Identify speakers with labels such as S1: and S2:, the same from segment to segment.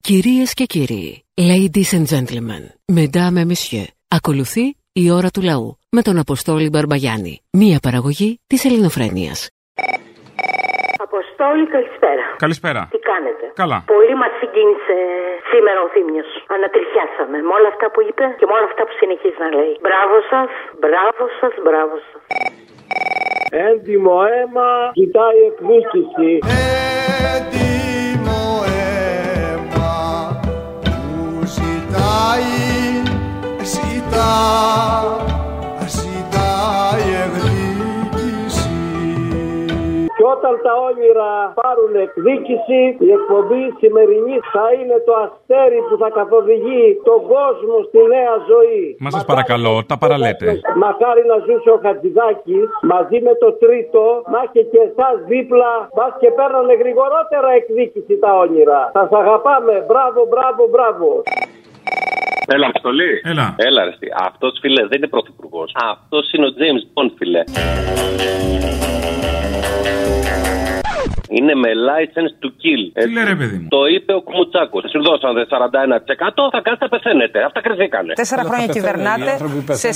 S1: Κυρίες και κύριοι, ladies and gentlemen, mesdames et messieurs, ακολουθεί η ώρα του λαού με τον Αποστόλη Μπαρμπαγιάννη, μία παραγωγή της ελληνοφρένειας.
S2: Αποστόλη, καλησπέρα.
S3: Καλησπέρα.
S2: Τι κάνετε.
S3: Καλά.
S2: Πολύ μας συγκίνησε σήμερα ο Θήμιος. Ανατριχιάσαμε με όλα αυτά που είπε και με όλα αυτά που συνεχίζει να λέει. Μπράβο σας, μπράβο σας, μπράβο σας.
S4: Έντιμο αίμα κοιτάει εκδίκηση.
S5: Έτοιμο αίμα που ζητάει, ζητά, ζητάει εκδίκηση.
S4: Και όταν τα όνειρα πάρουν εκδίκηση, η εκπομπή σημερινή θα είναι το αστέρι που θα καθοδηγεί τον κόσμο στη νέα ζωή.
S3: Μα σας παρακαλώ, τα παραλέτε.
S4: Μακάρι να ζούσε ο Χατζηδάκης μαζί με το τρίτο, να είχε και εσάς δίπλα, μπα και παίρνανε γρηγορότερα εκδίκηση τα όνειρα. Σας αγαπάμε, μπράβο, μπράβο, μπράβο.
S6: Έλα, Αποστολή.
S3: Έλα.
S6: Έλα, ρε. Αυτός φίλε δεν είναι πρωθυπουργός. Αυτός είναι ο James Bond, φίλε. Είναι με license to kill. Έτσι.
S3: λέει, ρε, παιδί μου.
S6: Το είπε ο Κουμουτσάκος. Σου δώσανε 41% θα κάνετε να πεθαίνετε. Αυτά κρυφτήκανε.
S7: Τέσσερα χρόνια κυβερνάτε. Σε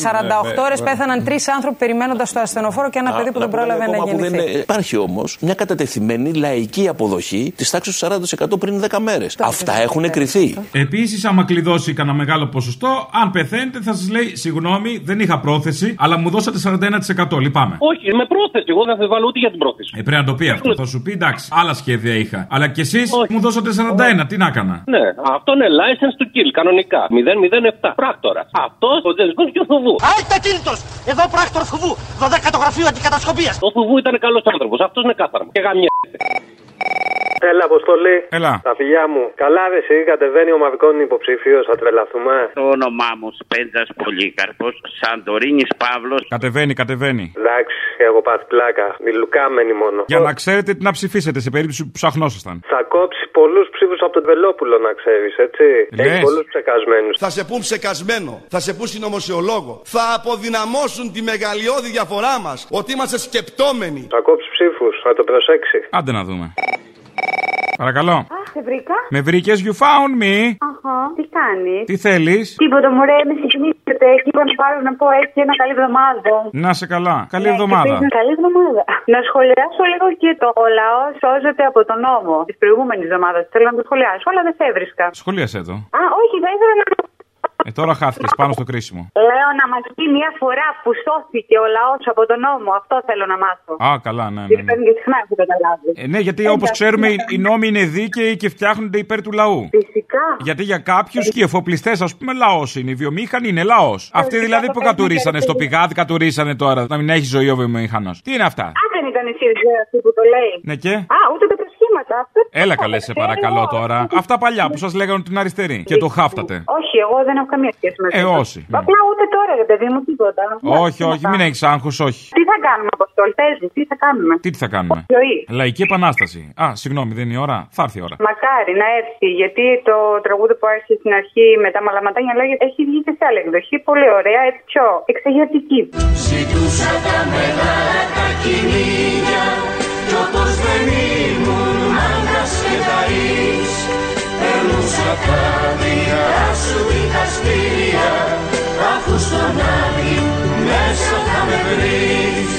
S7: 48 ώρε πέθαναν τρεις άνθρωποι περιμένοντας το ασθενοφόρο και ένα παιδί που δεν πρόλαβε ναι, να γεννηθεί.
S8: Υπάρχει όμως μια κατατεθειμένη λαϊκή αποδοχή της τάξης του 40% πριν 10 μέρε. Αυτά
S7: δεν
S8: έχουν
S7: ξέρω.
S8: εκριθεί.
S3: Επίσης, άμα κλειδώσει κανένα μεγάλο ποσοστό, αν πεθαίνετε, θα σας λέει Συγγνώμη, δεν είχα πρόθεση, αλλά μου δώσατε 41%. Λυπάμαι.
S6: Όχι, με πρόθεση. Εγώ δεν θα βάλω ούτε για την πρόθεση.
S3: Ε, πρέπει να το πει αυτό. Θα σου πει εντάξει, άλλα σχέδια είχα. Αλλά κι εσείς
S6: Όχι.
S3: μου δώσατε 41, τι να έκανα.
S6: Ναι, αυτό είναι license to kill, κανονικά. 007. Πράκτορα. Αυτός ο James Bond και ο Θουβού.
S9: Άιτε κίνητος! Εδώ πράκτορ φουβού! 12 το γραφείο αντικατασκοπίας!
S6: Ο Θουβού ήταν καλός άνθρωπος. Αυτός είναι κάθαρμα. Και γαμιά.
S4: Έλα, Αποστολή.
S3: Έλα.
S4: Τα φιλιά μου. Καλά, ρε, εσύ κατεβαίνει ο μαβικών υποψηφίο, θα τρελαθούμε.
S10: Το όνομά μου Σπέντζας Πολύκαρπος, Σαντορίνης Παύλος.
S3: Κατεβαίνει, κατεβαίνει.
S4: Εντάξει, έχω πάθει πλάκα. Μιλουκάμενη μόνο.
S3: Για να ξέρετε τι να ψηφίσετε σε περίπτωση που ψαχνόσασταν.
S4: Θα κόψει πολλούς ψήφους από τον Βελόπουλο, να ξέρεις, έτσι. Ε,
S3: Λες.
S4: Έχει πολλούς ψεκασμένους.
S5: Θα σε πούν ψεκασμένο, θα σε πούν συνωμοσιολόγο, θα αποδυναμώσουν τη μεγαλειώδη διαφορά μας ότι είμαστε σκεπτόμενοι.
S4: Θα κόψει ψήφους, θα το προσέξει.
S3: Άντε να δούμε. Παρακαλώ.
S2: Σε βρήκα.
S3: Με βρήκες, you found me.
S2: Αχα. Τι κάνεις.
S3: Τι θέλεις.
S2: Τίποτα μου λέει, με συγκινήσετε. Και είπα να πάρω να πω έτσι ένα καλή εβδομάδα.
S3: Να σε καλά. Καλή
S2: Ναι, και
S3: εβδομάδα.
S2: πήγα- Καλή εβδομάδα. Να σχολιάσω λίγο και το ο λαό σώζεται από τον νόμο της προηγούμενης εβδομάδας. Θέλω να το σχολιάσω, αλλά δεν σε έβρισκα.
S3: Σχολίασε το.
S2: Α, όχι, θα ήθελα να.
S3: Ε, τώρα χάθηκες πάνω στο κρίσιμο.
S2: Λέω να μας πει μια φορά που σώθηκε ο λαός από τον νόμο. Αυτό θέλω να μάθω.
S3: Α, καλά, ναι, ναι.
S2: Γιατί
S3: ναι.
S2: παίρνει και συχνά έχω καταλάβεις.
S3: Ε, ναι, γιατί όπως ξέρουμε,
S2: ναι.
S3: οι- οι νόμοι είναι δίκαιοι και φτιάχνονται υπέρ του λαού.
S2: Φυσικά.
S3: Γιατί για κάποιους και οι εφοπλιστές, ας πούμε, λαός είναι. Οι βιομήχανοι είναι λαός. Αυτοί δηλαδή που κατουρίσανε στο πηγάδι, κατουρίσανε τώρα. Να μην έχει ζωή ο βιομηχανός. Τι είναι αυτά.
S2: Α, δεν ήταν η ΣΥΡΙΖΑ αυτή που το λέει.
S3: Ναι και.
S2: Α, ούτε τα προσχήματα. Αυτό τι
S3: Έλα
S2: θα
S3: καλέ,
S2: τα
S3: σε
S2: ξέρω
S3: παρακαλώ
S2: εγώ.
S3: τώρα. Αυτά παλιά που σας λέγανε την αριστερή. Και το χάφτατε.
S2: Όχι, εγώ δεν έχω καμία σχέση με
S3: Ε,
S2: αυτό.
S3: όχι.
S2: Απλά ούτε τώρα, ρε παιδί μου, τίποτα.
S3: Όχι, όχι,
S2: Τίποτα.
S3: μην έχεις άγχος, όχι.
S2: Τι θα κάνουμε, Αποστόλ, πες μου, τι θα κάνουμε.
S3: Τι, τι θα κάνουμε.
S2: Ζωή.
S3: Λαϊκή επανάσταση. Α, συγγνώμη, δεν είναι η ώρα. Θα έρθει η ώρα.
S2: Μακάρι να έρθει, γιατί το τραγούδι που άρχισε στην αρχή με τα μαλαματάνια λόγια έχει βγει και σε άλλη εκδοχή. Πολύ ωραία, έτσι πιο εξαγιατική.
S9: Ζητούσα τα μεγάλα τα κυνήγια κι όπως δεν ήμουν μάγκας και ταΐς περνούσα τα δικά σου δικαστήρια αφού στον άλλη μέσα θα με βρεις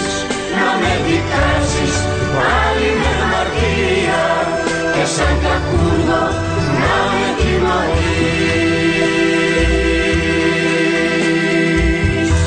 S9: να με δικάσεις πάλι με αμαρτία και σαν κακούργο να με τιμωρείς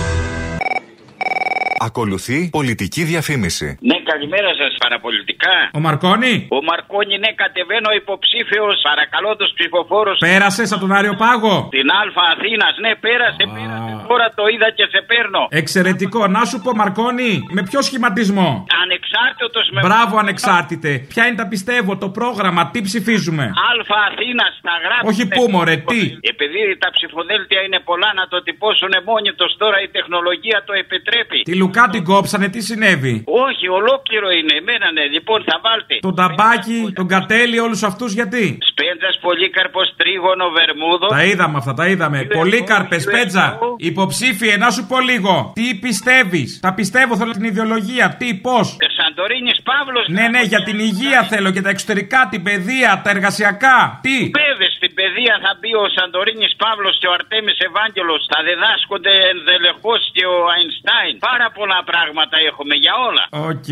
S11: Ακολουθεί πολιτική διαφήμιση.
S10: Ναι, καλημέρα σας, παραπολιτικά.
S3: Ο Μαρκόνη,
S10: Ο Μαρκόνι, ναι, κατεβαίνω υποψήφιος. Παρακαλώ του ψηφοφόρους
S3: πέρασες από τον Άριο Πάγο.
S10: στην Α Αθήνας. Ναι, πέρασε,
S3: Α.
S10: πέρασε. Τώρα το είδα και σε παίρνω.
S3: Εξαιρετικό. Να σου πω, Μαρκόνη, με ποιο σχηματισμό.
S10: Ανεξάρτητος με.
S3: Μπράβο, ανεξάρτητε. Ποια είναι τα πιστεύω, το πρόγραμμα, τι ψηφίζουμε.
S10: Α Αθήνα, τα γράφει.
S3: Όχι πού, μωρέ, τι.
S10: Επειδή τα ψηφοδέλτια είναι πολλά, να το τυπώσουν μόνοι του τώρα η τεχνολογία το επιτρέπει.
S3: Τη Λουκά την κόψανε, τι συνέβη.
S10: Όχι, ολόκληρο είναι. Εμένα ναι, λοιπόν θα βάλτε.
S3: Τον ταμπάκι, τον κατέλη, όλους αυτούς γιατί.
S10: Σπέντζας Πολύκαρπος Τρίγωνο Βερμούδο.
S3: Τα είδαμε αυτά, τα είδαμε. Πολύκαρπε, Πέτζα, υποψήφιε, να σου πω λίγο. Τι πιστεύεις, τα πιστεύω, θέλω την ιδεολογία, τι, πώς.
S10: Σαντορίνης Παύλος.
S3: Ναι, ναι, για την υγεία θέλω, για τα εξωτερικά, την παιδεία, τα εργασιακά. Τι.
S10: Τότε στην παιδεία θα μπει ο Σαντορίνης Παύλος και ο Αρτέμις Ευάγγελος. Θα διδάσκονται ενδελεχώς και ο Αϊνστάιν. Πάρα πολλά πράγματα έχουμε για όλα.
S3: Οκ.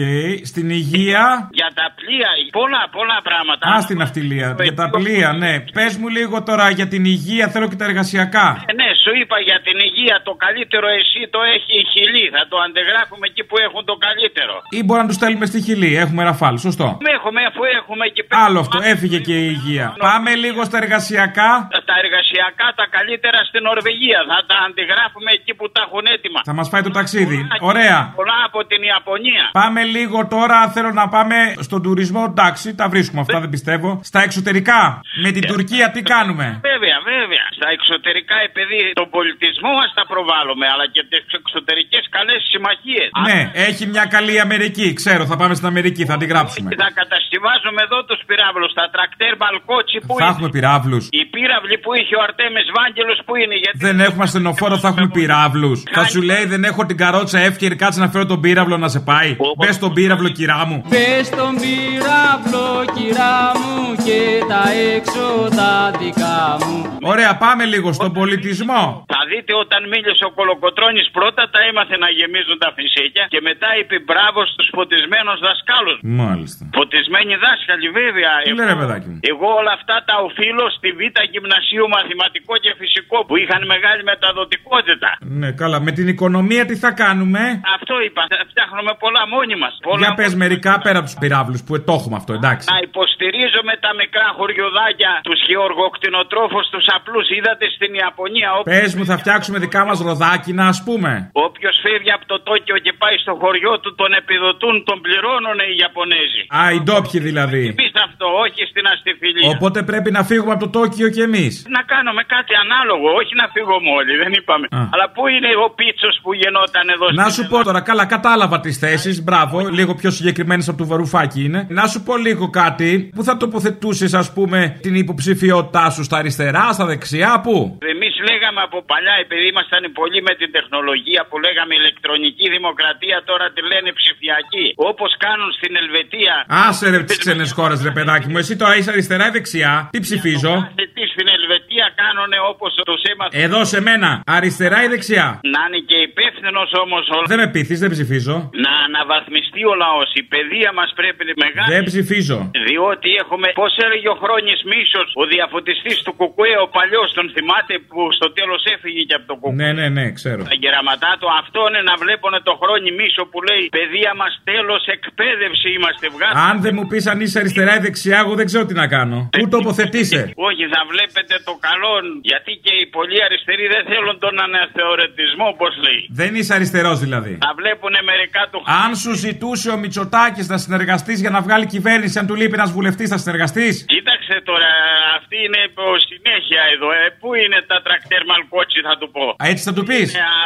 S3: Στην υγεία.
S10: Για τα πλοία, πολλά, πολλά πράγματα.
S3: Ας, στην αυτιλία. Για τα πλοία, ναι. Πες μου λίγο τώρα για την υγεία, θέλω και τα εργασιακά.
S10: Ε, ναι, σου είπα για την υγεία. Το καλύτερο εσύ το έχει η χιλή. Θα το αντεγράφουμε εκεί που έχουν το καλύτερο.
S3: Ή μπορεί να τους στέλνουμε στη χιλή. Έχουμε ραφάλ, σωστό.
S10: Έχουμε, αφού έχουμε εκεί πέρα.
S3: Άλλο αυτό, έφυγε και η υγεία. Πάμε λίγο στα εργασιακά.
S10: Τα εργασιακά τα καλύτερα στην Νορβηγία. Θα τα αντιγράφουμε εκεί που τα έχουν έτοιμα.
S3: Θα μας φάει το ταξίδι. Ωραία.
S10: Πολλά από την Ιαπωνία.
S3: Πάμε λίγο τώρα, θέλω να πάμε στον τουρισμό. Εντάξει, τα βρίσκουμε αυτά, δεν πιστεύω. Στα εξωτερικά, με την Τουρκία τι κάνουμε.
S10: Βέβαια, βέβαια. Στα εξωτερικά, επειδή τον πολιτισμό μας τα προβάλλουμε, αλλά και τις εξωτερικές καλές συμμαχίες.
S3: Ναι, έχει μια καλή Αμερική, ξέρω, θα πάμε στην Αμερική, θα τη γράψουμε.
S10: Θα κατασκευάζουμε εδώ τους πυράβλους, τα τρακτέρ μπαλκότσι που
S3: Θα έχουμε πυράβλους.
S10: Οι πύραυλοι που είχε ο Αρτέμες Βάγγελος που είναι. Γιατί
S3: Δεν έχουμε ασθενοφόρο, θα έχουμε πυράβλους. Θα σου λέει δεν έχω την καρότσα εύκαιρη, κάτσε να φέρω τον πύραυλο να σε πάει. Μπε στον πύραυλο, κυρά μου.
S12: Πες στον πυράβλο κυρά μου και τα έξω τα δικά μου
S3: Ωραία, πάμε λίγο στον πολιτισμό.
S10: Θα δείτε όταν μίλησε ο Κολοκοτρώνης πρώτα τα έμαθε να γεμίζουν τα φυσίκια και μετά είπε μπράβο στους φωτισμένους δασκάλους.
S3: Μάλιστα.
S10: Φωτισμένοι δάσκαλοι, βέβαια.
S3: Τι λένε, ρε παιδάκι μου.
S10: Εγώ όλα αυτά τα οφείλω στη Β' Γυμνασίου Μαθηματικό και Φυσικό που είχαν μεγάλη μεταδοτικότητα.
S3: Ναι, καλά. Με την οικονομία τι θα κάνουμε.
S10: Αυτό είπα. θα Φτιάχνουμε πολλά μόνοι μας.
S3: Για πε μερικά πέρα από τους πυράβλους που το έχουμε αυτό, εντάξει.
S10: Να υποστηρίζουμε τα μικρά χωριουδάκια, τους γεωργοκτηνοτρόφους, τους απλούς. Είδατε στην Ιαπωνία. όποιος-
S3: Πες μου, θα φτιάξουμε δικά μας ροδάκινα, ας πούμε.
S10: Όποιος φεύγει από το Τόκιο και πάει στο χωριό του, τον επιδοτούν, τον πληρώνουν οι Ιαπωνέζοι.
S3: Α, οι ντόπιοι δηλαδή.
S10: Εμείς αυτό, όχι στην αστιφιλία.
S3: Οπότε πρέπει να φύγουμε από το Τόκιο κι εμείς.
S10: Να κάνουμε κάτι ανάλογο, όχι να φύγουμε όλοι, δεν είπαμε. Αλλά πού είναι ο πίτσος που γεννόταν εδώ
S3: Να σου πω τώρα, καλά, κατάλαβα τις θέσεις. Μπράβο, λίγο πιο συγκεκριμένες από του Βαρουφάκη είναι. Να σου πω λίγο κάτι. Πού θα τοποθετούσες, ας πούμε, την υποψηφιότητά σου στα αριστερά, στα δεξιά, πού.
S10: Εμείς λέγαμε από παλιά, επειδή ήμασταν πολύ με την τεχνολογία που λέγαμε ηλεκτρονική δημοκρατία, τώρα τη λένε ψηφιακή. Όπως κάνουν στην Ελβετία.
S3: Άσε ρε τις ξένες χώρες, ρε παιδάκι μου. Εσύ τώρα είσαι αριστερά ή δεξιά. Τι ψηφίζω.
S10: Ε, Τι στην Ελβετία κάνουν όπω του έμαθα.
S3: Εδώ σε μένα. Αριστερά ή δεξιά.
S10: Να είναι και υπεύθυνος όμως ο
S3: Δεν με πείθεις, δεν ψηφίζω.
S10: Να αναβαθμιστεί ο λαός. Η παιδεία μας πρέπει να μεγάλη.
S3: Δεν ψηφίζω.
S10: Διότι έχουμε, πώς έλεγε ο Χρόνι Μίσος, ο διαφωτιστής του Κουκουέ, ο παλιός, τον θυμάται που στο τέλο έφυγε και από το Κουκουέ.
S3: Ναι, ναι, ναι, ξέρω.
S10: Τα γεραματά του, αυτό είναι να βλέπουν το Χρόνι Μίσο που λέει Παιδεία μας τέλος, εκπαίδευση είμαστε βγάζουμε.
S3: Αν δεν μου πεις αν είσαι αριστερά ή δεξιά, εγώ δεν ξέρω τι να κάνω. Πού τοποθετήσε.
S10: Όχι, θα βλέπετε το καλό. Γιατί και οι πολλοί αριστεροί δεν θέλουν τον αναθεωρητισμό, όπω λέει.
S3: Δεν είσαι αριστερός δηλαδή.
S10: Θα βλέπουν μερικά του
S3: Αν σου ζητούσε ο Μητσοτάκης να συνεργαστείς για να βγάλει κυβέρνηση, αν του λείπει ένας βουλευτής, θα συνεργαστείς.
S10: Κοίταξε τώρα, αυτή είναι ο συνέχεια εδώ. Ε. Πού είναι τα τρακτέρ μαλκότσι, θα του πω.
S3: Έτσι θα του πεις.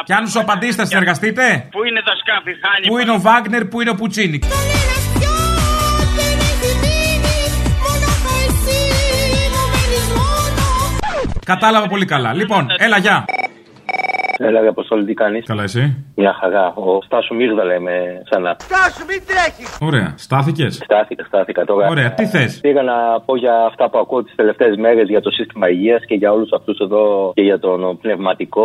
S3: Και αν σου απαντήσει, θα συνεργαστείτε.
S10: Πού είναι τα σκάφη, χάνει.
S3: Πού είναι ο Βάγνερ, πού είναι ο Πουτσίνη. Κατάλαβα πολύ καλά. Λοιπόν, έλα, γεια.
S13: Έλα, ρε, Ε, Αποστόλη, τι κάνεις.
S3: Καλά, εσύ.
S13: Μια χαρά. Ο Στάσου Μίγδα λέμε ξανά.
S9: Στάσου, μην τρέχεις!
S3: Ωραία. Στάθηκες.
S13: Στάθηκα, στάθηκα τώρα.
S3: Ωραία, τι θες?
S13: Πήγα να πω για αυτά που ακούω τις τελευταίες μέρες για το σύστημα υγείας και για όλους αυτούς εδώ και για τον πνευματικό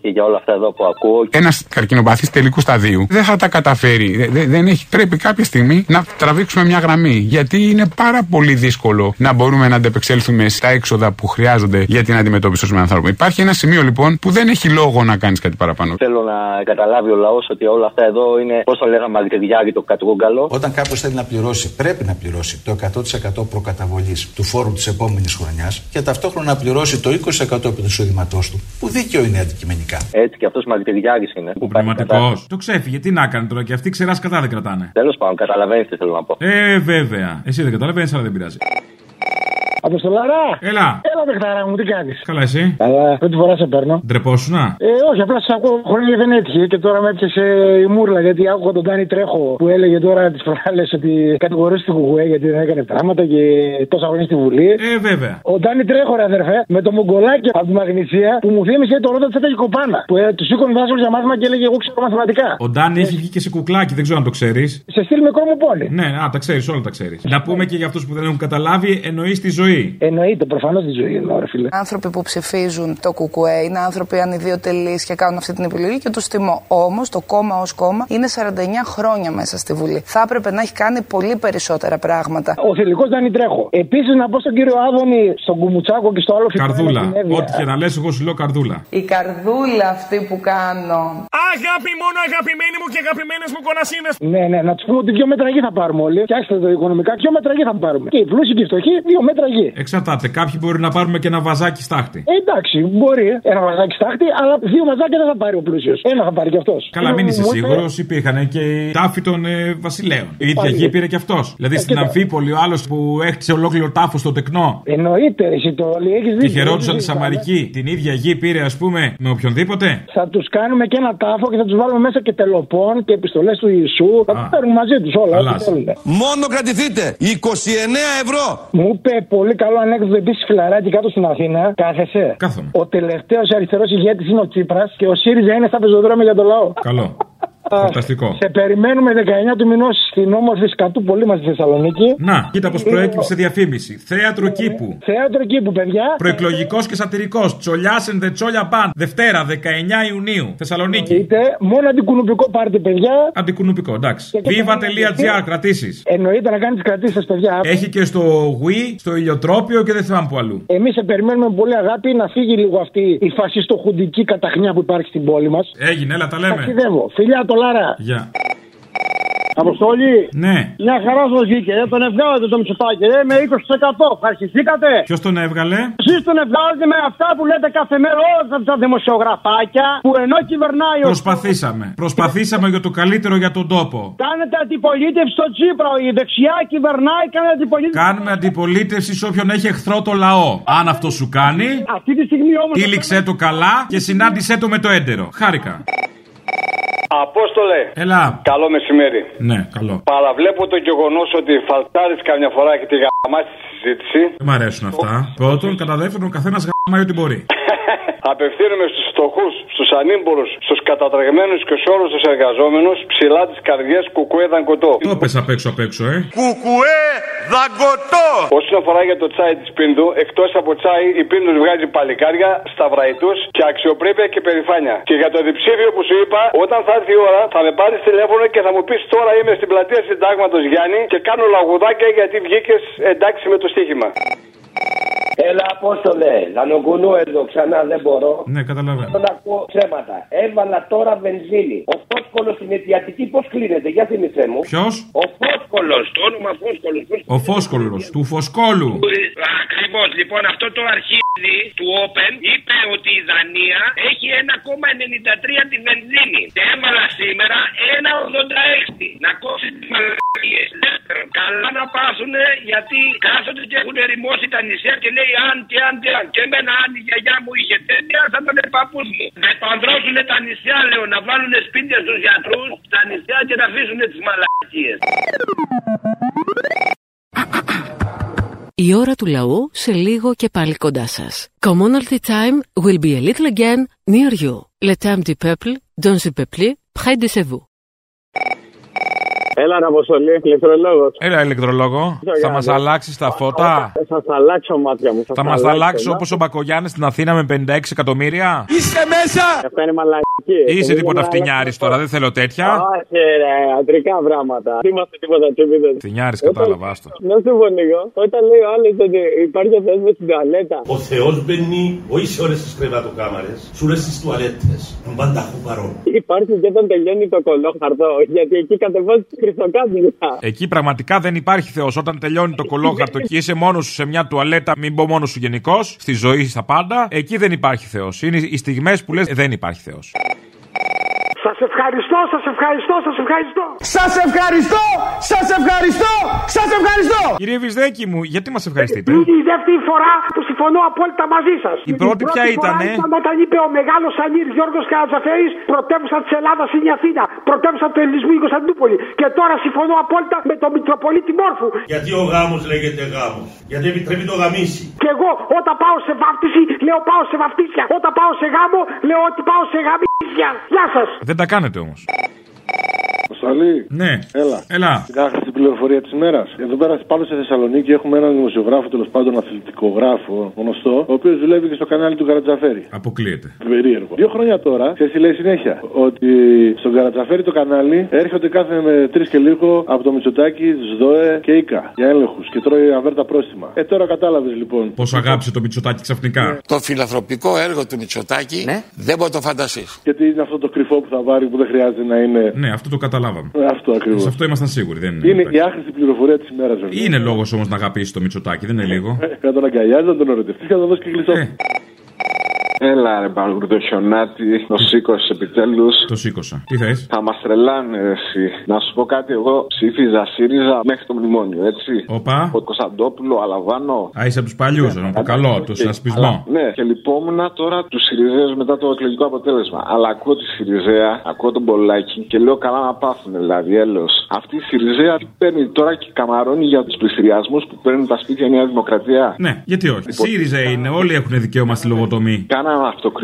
S13: και για όλα αυτά εδώ που ακούω.
S14: Ένας καρκινοπαθής τελικού σταδίου δεν θα τα καταφέρει. Δε- δε- δεν έχει. Πρέπει κάποια στιγμή να τραβήξουμε μια γραμμή. Γιατί είναι πάρα πολύ δύσκολο να μπορούμε να αντεπεξέλθουμε στα έξοδα που χρειάζονται για την αντιμετώπιση των ανθρώπων. Υπάρχει ένα σημείο λοιπόν που δεν έχει λόγο να κάνεις κάτι παραπάνω.
S13: Θέλω να καταλάβει ο λαός ότι όλα αυτά εδώ είναι, πώς το λέγαμε, αλκαιδιάρι το κατρούγκαλο.
S15: Όταν κάποιος θέλει να πληρώσει, πρέπει να πληρώσει το 100% προκαταβολής του φόρου της επόμενης χρονιάς και ταυτόχρονα να πληρώσει το 20% από το εισοδήματό του, που δίκαιο είναι αντικειμενικά.
S13: Έτσι και αυτός μαγνητιδιάρη είναι. Ο
S3: Πραγματικό. Το ξέφυγε, τι να κάνει τώρα και αυτοί ξερά κατά δεν κρατάνε.
S13: Τέλος πάντων, καταλαβαίνετε τι θέλω να πω.
S3: Ε, βέβαια. Εσύ δεν καταλαβαίνεις, αλλά δεν πειράζει.
S16: Αποστολαρά!
S3: Έλα!
S16: Έλα, παιχτάρα μου, τι κάνεις.
S3: Καλά, εσύ.
S16: Καλά, Ε, πρώτη φορά σε παίρνω.
S3: Ντρεπόσουνα.
S16: Ε, όχι, απλά σας ακούω χρόνια δεν έτυχε και τώρα με έπιασε η μούρλα γιατί άκουγα τον Τάνι Τρέχο που έλεγε τώρα τι προάλλε ότι κατηγορούσε την Κουκουέ γιατί δεν έκανε πράγματα και τόσα χρόνια στη Βουλή.
S3: Ε, βέβαια.
S16: Ο Ντάνι Τρέχο, ρε αδερφέ, με το μογκολάκι από τη Μαγνησία που μου θύμισε το ρότα τη Έτα Κοπάνα. Που ε, τους σήκωνε δάσκαλο για μάθημα και έλεγε Εγώ ξέρω μαθηματικά.
S3: Ο Ντάνι έχει βγει και σε κουκλάκι, δεν ξέρω αν το ξέρεις.
S16: Σε στείλ με κρόμο πόλη.
S3: Ναι, α, τα ξέρεις, όλα τα ξέρεις. Να πούμε και για αυτούς που δεν έχουν καταλάβει, εννοείς τη ζωή.
S16: Εννοείται, προφανώς τη ζωή. ζωγενό, ρε φίλε.
S7: Άνθρωποι που ψηφίζουν το ΚΚΕ είναι άνθρωποι ανιδιοτελεί και κάνουν αυτή την επιλογή και τους τιμώ. Όμως το κόμμα ως κόμμα είναι 49 χρόνια μέσα στη Βουλή. Θα έπρεπε να έχει κάνει πολύ περισσότερα πράγματα.
S16: Ο θηλυκός Ντάνι Τρέχο. Επίσης να πω στον κύριο Άδωνη, στον Κουμουτσάκο και στο άλλο φιτό.
S3: Καρδούλα. Ό,τι και να λες, εγώ σου λέω καρδούλα.
S7: Η καρδούλα αυτή που κάνω.
S17: Αγάπη μόνο αγαπημένοι μου και αγαπημένες μου κονασίνες.
S16: Ναι, ναι, να τους πούμε ότι δύο μέτρα γη θα πάρουμε όλοι. Φτιάξτε το οικονομικά, δύο μέτρα γη θα πάρουμε. Και οι πλούσιοι και οι φτωχοί, δύο μέτρα γη.
S3: Εξαρτάται. Κάποιοι μπορεί να πάρουμε και ένα βαζάκι στάχτη.
S16: Ε, εντάξει, μπορεί ένα βαζάκι στάχτη, αλλά δύο βαζάκια δεν θα πάρει ο πλούσιος. Ένα θα πάρει κι αυτός.
S3: Καλά, μην είσαι σίγουρος. Υπήρχαν και οι τάφοι των ε, βασιλέων. Η ίδια γη πήρε κι αυτός.
S16: Ε,
S3: Δηλαδή στην Αμφίπολη ο άλλος που έχτισε ολόκληρο τάφο στο τεκνό.
S16: Εννοείται, εσύ το όλοι έχεις
S3: δίκιο. Τη χαιρόντουσαν τη Σαμαρική. Την ίδια γη πήρε, ας πούμε, με οποιονδήποτε.
S16: Θα τους κάνουμε και ένα τάφο και θα τους βάλουμε μέσα και τελοπών και επιστολές του Ιησού. Θα του παίρνουν μαζί τους όλα. ό,τι θέλουν.
S18: Μόνο κρατηθείτε 29 ευρώ.
S16: Μου είπε πολύ καλό ανέκδοτο επίσης φιλαράκι κάτω στην Αθήνα. Κάθεσαι.
S3: Κάθομαι.
S16: Ο τελευταίος αριστερός ηγέτης είναι ο Τσίπρας και ο ΣΥΡΙΖΑ είναι στα πεζοδρόμια για το λαό.
S3: Καλό. Φανταστικό.
S16: Σε περιμένουμε 19 του μηνός στην όμορφη Σκατού πολύ μας στη Θεσσαλονίκη.
S3: Να, κοίτα πώς προέκυψε διαφήμιση. Θέατρο κήπου.
S16: Ε, Θέατρο κήπου, παιδιά.
S3: Προεκλογικός και σατυρικός. Τσολιάς and the Τσόλια Band. Δευτέρα, 19 Ιουνίου. Θεσσαλονίκη.
S16: Είτε Ε, μόνο αντικουνουπικό πάρτε, παιδιά.
S3: Αντικουνουπικό, εντάξει. Viva.gr, κρατήσεις.
S16: Εννοείται να κάνεις τι κρατήσεις σας, παιδιά.
S3: Έχει και στο Wii, στο ηλιοτρόπιο και δεν θυμάμαι που αλλού.
S16: Εμείς σε περιμένουμε με πολύ αγάπη να φύγει λίγο αυτή η φασιστοχουντική καταχνιά που υπάρχει στην πόλη μας.
S3: Έγινε,
S16: Ε,
S3: έλα Ε, τα λέμε.
S16: Ταξιδεύω. Φιλιά το λάρα.
S3: Γεια.
S16: Ε.
S19: Αποστολή.
S3: Ναι.
S19: Μια χαρά σας βγήκε. ρε. Τον ευγάλατε τον ψηφάκι. ρε, με 20%. Ευχαριστήκατε.
S3: Ποιος τον έβγαλε.
S19: Εσείς τον ευγάλατε με αυτά που λέτε κάθε μέρα όλα αυτά τα δημοσιογραφάκια που ενώ κυβερνάει ο.
S3: Προσπαθήσαμε. Προσπαθήσαμε για το καλύτερο για τον τόπο.
S19: Κάνετε αντιπολίτευση στο Τσίπρα. Η δεξιά κυβερνάει, κάνετε αντιπολίτευση.
S3: Κάνουμε αντιπολίτευση σε όποιον έχει εχθρό το λαό. Αν αυτό σου κάνει,
S19: Αυτή τη στιγμή όμως.
S3: τύλιξε το καλά και συνάντησέ το με το έντερο. Χάρηκα.
S20: Απόστολε.
S3: Έλα.
S20: Καλό μεσημέρι.
S3: Ναι, καλό.
S20: Παραβλέπω το γεγονός ότι φαλτάρεις καμιά φορά και τη γαμά στη συζήτηση.
S3: Δεν μ' αρέσουν αυτά. Πρώτον, κατά δεύτερον, ο καθένας γάμμα ό,τι μπορεί.
S20: Απευθύνομαι στους φτωχούς, στους ανήμπορους, στους κατατρεγμένους και σε όλους τους εργαζόμενους ψηλά τι καρδιές κουκουέ δαγκωτό.
S3: Το πες απ' έξω απ' έξω, ε.
S20: Κουκουέ δαγκωτό! Όσον αφορά για το τσάι της Πίνδου, εκτός από τσάι, η Πίνδους βγάζει παλικάρια, σταυραϊτού και αξιοπρέπεια και περηφάνεια. Και για το διψήφιο που σου είπα, όταν θα έρθει η ώρα, θα με πάρεις τηλέφωνο και θα μου πεις τώρα είμαι στην πλατεία συντάγματος Γιάννη και κάνω λαγουδάκια γιατί βγήκες εντάξει με το στοίχημα.
S5: Έλα, Απόστολε, λανογκουνού εδώ ξανά δεν μπορώ.
S3: Ναι, καταλαβαίνω.
S5: Θέλω να ακούω ψέματα. Έβαλα τώρα βενζίνη. Ο φόσκολος στην αιτιατική πώς κλείνεται, για θυμηθέ μου.
S3: Ποιος?
S5: Ο φόσκολος, το όνομα φόσκολος.
S3: Ο φόσκολος του φωσκόλου.
S21: Ακριβώς. Λοιπόν, αυτό το αρχίδι του Open είπε ότι η Δανία έχει 1,93 τη βενζίνη. Και έβαλα σήμερα 1,86. Να κόψει τις μαλακίες. Δεύτερον, καλά να πάσουν γιατί κάθονται και έχουν ρημώσει τα νησιά και λέει αν και αν και αν. Και εμένα αν η γιαγιά μου είχε τέτοια θα ήταν παππούς μου. Να επανδρώσουν τα νησιά, λέω, να βάλουν σπίτια στους γιατρούς, τα νησιά και να αφήσουν τις μαλακίες.
S1: Η ώρα του λαού σε λίγο και πάλι κοντά σας. Commonalty time will be a little again near you. Le temps du peuple, dans le peuple, près de chez vous.
S19: Έλα, ρε Αποστολή, ηλεκτρολόγος.
S3: Έλα, ηλεκτρολόγο.
S19: Ποιο
S3: Θα μας
S19: Γιάννη?
S3: αλλάξεις τα φώτα.
S19: Θα σας αλλάξω μάτια μου.
S3: Θα μα αλλάξει όπως ο Μπακογιάννης στην Αθήνα με 56 εκατομμύρια.
S19: Είστε μέσα! Αυτό είναι Ε,
S6: Ε,
S19: μαλακή.
S3: Είσαι τίποτα φτηνιάρη τώρα, δεν θέλω τέτοια.
S19: Όχι, ρε, αντρικά πράγματα. Δεν είμαστε τίποτα Ε, τσίπηδε.
S3: Φτηνιάρης, κατάλαβα, άστο.
S19: Να σου πω λίγο, όταν λέει ο άλλος ότι υπάρχει ο Θεός με στην τουαλέτα.
S22: Ο Θεός μπαίνει όχι σε όλε τι κρεβατοκάμαρε, σε όλες τις τουαλέτες. Τον πάντα παρόν.
S19: Υπάρχει και όταν τελειώνει το κολόχαρτο, γιατί εκεί κατεβάζει τη χρυσοκάμπιλα.
S3: Εκεί πραγματικά δεν υπάρχει Θεός. Όταν τελειώνει το κολόχαρτο και είσαι μόνος σου σε μια τουαλέτα, μην πω μόνος σου γενικώς, στη ζωή, στα πάντα, εκεί δεν υπάρχει Θεός. Είναι οι στιγμές που λες δεν υπάρχει Θεός.
S19: Σα ευχαριστώ, σας ευχαριστώ, σας ευχαριστώ.
S9: Σας ευχαριστώ! Σας ευχαριστώ! Σας ευχαριστώ!
S3: Κύριε Βυσδέκη μου, γιατί μας ευχαριστείτε.
S19: Είναι η δεύτερη φορά που συμφωνώ απόλυτα μαζί σας.
S3: Η πρώτη ποια ήτανε?
S19: Ήταν όταν είπε ο μεγάλος Ανίρ Γιώργος Καρατζαφέρης, πρωτεύουσα της Ελλάδας είναι η Αθήνα. Πρωτεύουσα του Ελληνισμού η Κωνσταντινούπολη. Και τώρα συμφωνώ απόλυτα με τον Μητροπολίτη Μόρφου.
S22: Γιατί ο γάμος λέγεται γάμος. Γιατί επιτρέπει το γαμίσι.
S19: Και εγώ όταν πάω σε βάφτιση, λέω πάω σε βαφτίσια. Όταν πάω σε γάμο, λέω ότι πάω σε γαμίσια. Γεια σας.
S3: Δεν τα κάνετε όμως.
S23: Αποστολή.
S3: Ναι.
S23: Έλα.
S3: Έλα.
S23: Κάχα στην πληροφορία της μέρας. Εδώ πέρα πάνω στη Θεσσαλονίκη έχουμε έναν δημοσιογράφο, τέλος πάντων αθλητικογράφο γνωστό, ο οποίος δουλεύει και στο κανάλι του Καρατζαφέρη.
S3: Αποκλείεται.
S23: Περίεργο. Δύο χρόνια τώρα, ξέρεις τι λέει συνέχεια. Ότι στον Καρατζαφέρη το κανάλι έρχονται κάθε με τρεις και λίγο από το Μητσοτάκι, ΣΔΟΕ και ΙΚΑ για έλεγχους και τρώει αβέρτα πρόστιμα. Ε, τώρα κατάλαβες λοιπόν.
S3: Πώς αγάπησε το Μητσοτάκι ξαφνικά.
S24: Το φιλανθρωπικό έργο του Μητσοτάκη δεν μπορεί να το φανταστείς.
S23: Και τι είναι αυτό το κρυφό που θα πάρει που δεν χρειάζεται να είναι.
S3: Ναι, αυτό το καταλάβαμε.
S23: Ε, Αυτό ακριβώς.
S3: Σε αυτό ήμασταν σίγουροι. Δεν είναι.
S23: Είναι η άχρηστη πληροφορία της ημέρας, βέβαια.
S3: Είναι λόγος όμως να αγαπήσεις το Μητσοτάκι, δεν είναι λίγο.
S23: Ε, Να τον αγκαλιάζει, να τον ερωτευτείς και να τον δώσεις και κλειστό.
S25: Έλα ρε Μπαγκουρδοχιονάτη, το σήκωσε επιτέλους.
S3: Το σήκωσα. Τι θες.
S25: Θα μας τρελάνε ρε, εσύ. Να σου πω κάτι, εγώ ψήφιζα ΣΥΡΙΖΑ μέχρι το μνημόνιο, έτσι.
S3: Οπα.
S25: Ο Κωνσταντόπουλο, Αλαβάνο.
S3: Α, είσαι από τους παλιούς, να το καλό, το συνασπισμό.
S25: Ναι, και λυπόμουν τώρα τους Σιριζέου μετά το εκλογικό αποτέλεσμα. Αλλά ακούω τη Σιριζέα, ακούω τον Πολάκη και λέω καλά να πάθουν δηλαδή, έλεος. Αυτή η Σιριζέα τι παίρνει τώρα και καμαρώνει για τους πληστηριασμού που παίρνουν τα σπίτια Νέα Δημοκρατία.
S3: Ναι, γιατί όχι. ΣΥΡΙΖΑ είναι, όλοι έχουν δικαίωμα στη λογοτομή.
S25: Κάναμε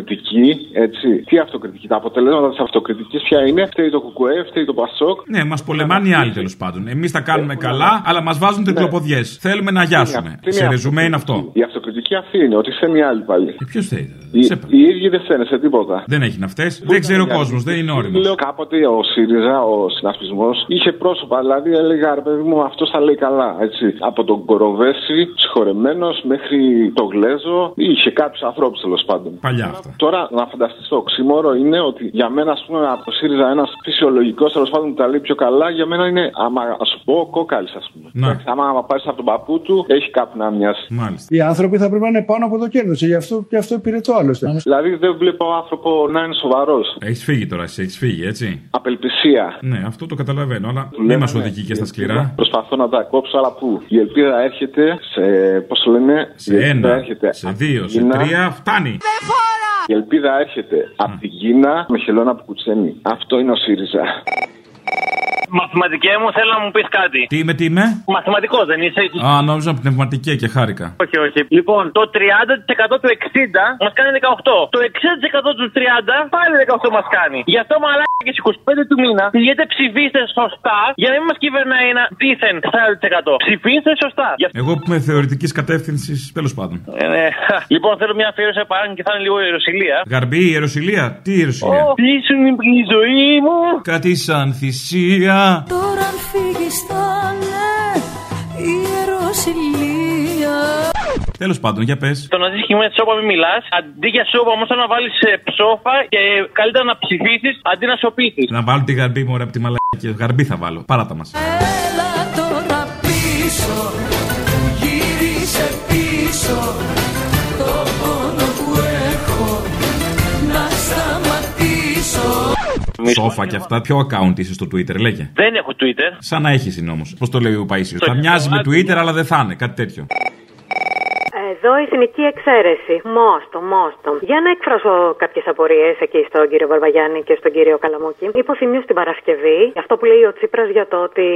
S25: αυτοκριτική, έτσι. Τι αυτοκριτική, τα αποτελέσματα της αυτοκριτικής ποια είναι. Φταίει το Κουκουέ, φταίει το Πασόκ.
S3: Ναι, Ναι. μας πολεμάνε οι άλλοι τέλος πάντων. Εμείς τα κάνουμε καλά, αλλά μας βάζουν τετλοποδιέ. Θέλουμε να γιάσουμε.
S25: αυτή είναι
S3: Σε
S25: η
S3: ρεζουμέ είναι αυτό.
S25: Η αυτοκριτική αυτή είναι, ότι θέλει άλλη πάλι.
S3: Ποιο Ε, θέλει,
S25: οι, οι ίδιοι δεν θέλουν σε τίποτα.
S3: Δεν έχει να φταίει. Δεν ξέρει ο κόσμος, δεν είναι όριμος.
S25: Λέω κάποτε ο ΣΥΡΙΖΑ, ο συνασπισμός, είχε πρόσωπα. Δηλαδή έλεγα ρε παιδί μου, αυτό τα λέει καλά. Έτσι. Από τον Κοροβέση, συγχωρεμένος, μέχρι το Γλέζο. Είχε κάποιους ανθρώπους τέλος πάντων.
S3: Παλιά αυτά.
S25: Τώρα να φανταστείς το ξύμορο είναι ότι για μένα, ας πούμε, από το ΣΥΡΙΖΑ ένας φυσιολογικός τέλος πάντων που τα λέει πιο καλά, για μένα είναι άμα ας σου πω κόκαλης, ας πούμε.
S3: Να.
S25: Εντάξει, Άμα πάρεις από τον παππού του, έχει κάπου να μοιάζει.
S8: Οι άνθρωποι θα πρέπει να είναι πάνω από το κέρδος. Γι' αυτό, γι αυτό υπηρετώ άλλωστε.
S25: Δηλαδή δεν βλέπω άνθρωπο να είναι σοβαρός.
S3: Έχεις φύγει τώρα, εσύ έχεις φύγει, έτσι.
S25: Απελπισία.
S3: Ναι, αυτό το καταλαβαίνω, αλλά
S6: Ναι,
S25: Ναι,
S3: μην μα οδηγεί και στα σκληρά.
S25: Προσπαθώ να τα κόψω, αλλά πού. Η ελπίδα έρχεται σε. Πώς το λένε,
S3: Σε
S25: η ελπίδα
S3: ένα,
S25: έρχεται
S3: σε
S25: απ'
S3: δύο,
S25: την
S3: σε
S25: Κίνα.
S3: τρία, φτάνει.
S25: Η ελπίδα έρχεται από την Κίνα με χελώνα που κουτσένει. Αυτό είναι ο ΣΥΡΙΖΑ.
S6: Μαθηματικέ μου, θέλω να μου πεις κάτι.
S3: Τι είμαι, τι είμαι.
S6: Μαθηματικός δεν είσαι.
S3: Α, νόμιζα πνευματική και χάρηκα.
S6: Όχι, όχι. Λοιπόν, το 30% του 60 μας κάνει 18. Το 60% του 30 πάλι 18 μας κάνει. Γι' αυτό μαλάκα και στις 25 του μήνα πηγαίνετε ψηφίστε σωστά για να μην μας κυβερνάει ένα δίθεν 40%. Ψηφίστε σωστά. Γι' αυτό.
S3: Εγώ που είμαι θεωρητικής κατεύθυνσης, τέλος πάντων.
S6: Ε, ναι. Λοιπόν, θέλω μια αφιέρωση επάνω και θα είναι λίγο ιεροσιλία.
S3: Γαρμπή, η Ιεροσιλία. Τι Ιεροσιλία.
S6: Ω, Πλήσουν η ζωή μου.
S3: Κάτι σαν θυσία.
S26: Τώρα αν φύγεις θα ναι, είναι η ιεροσιλία
S3: Τέλος πάντων, για πες.
S6: Το να ζει και με σόπα μην μιλάς. Αντί για σόπα όμω να βάλεις ψόφα και καλύτερα να ψηφίσεις αντί να σοπίσει.
S3: Να βάλω τη γαρμπή μου από τη μαλακία. Γαρμπή θα βάλω. Παράτα μας.
S26: Έλα τώρα πίσω Γύρισε πίσω Το πόνο που έχω Να σταματήσω
S3: Σόφα και αυτά. Ποιο account είσαι στο Twitter, λέγε.
S6: Δεν έχω Twitter.
S3: Σαν να έχεις είναι όμως. Πώς το λέει ο Παίσιο.
S6: Το
S3: Θα μοιάζει με
S6: account.
S3: Twitter, αλλά δεν θα είναι. Κάτι τέτοιο.
S27: Εδώ εθνική εξαίρεση. Μόστο, μόστο. Για να εκφράσω κάποιες απορίες εκεί στον κύριο Βαρβαγιάννη και στον κύριο Καλαμούκη. Υποθυμίω στην Παρασκευή αυτό που λέει ο Τσίπρας για το ότι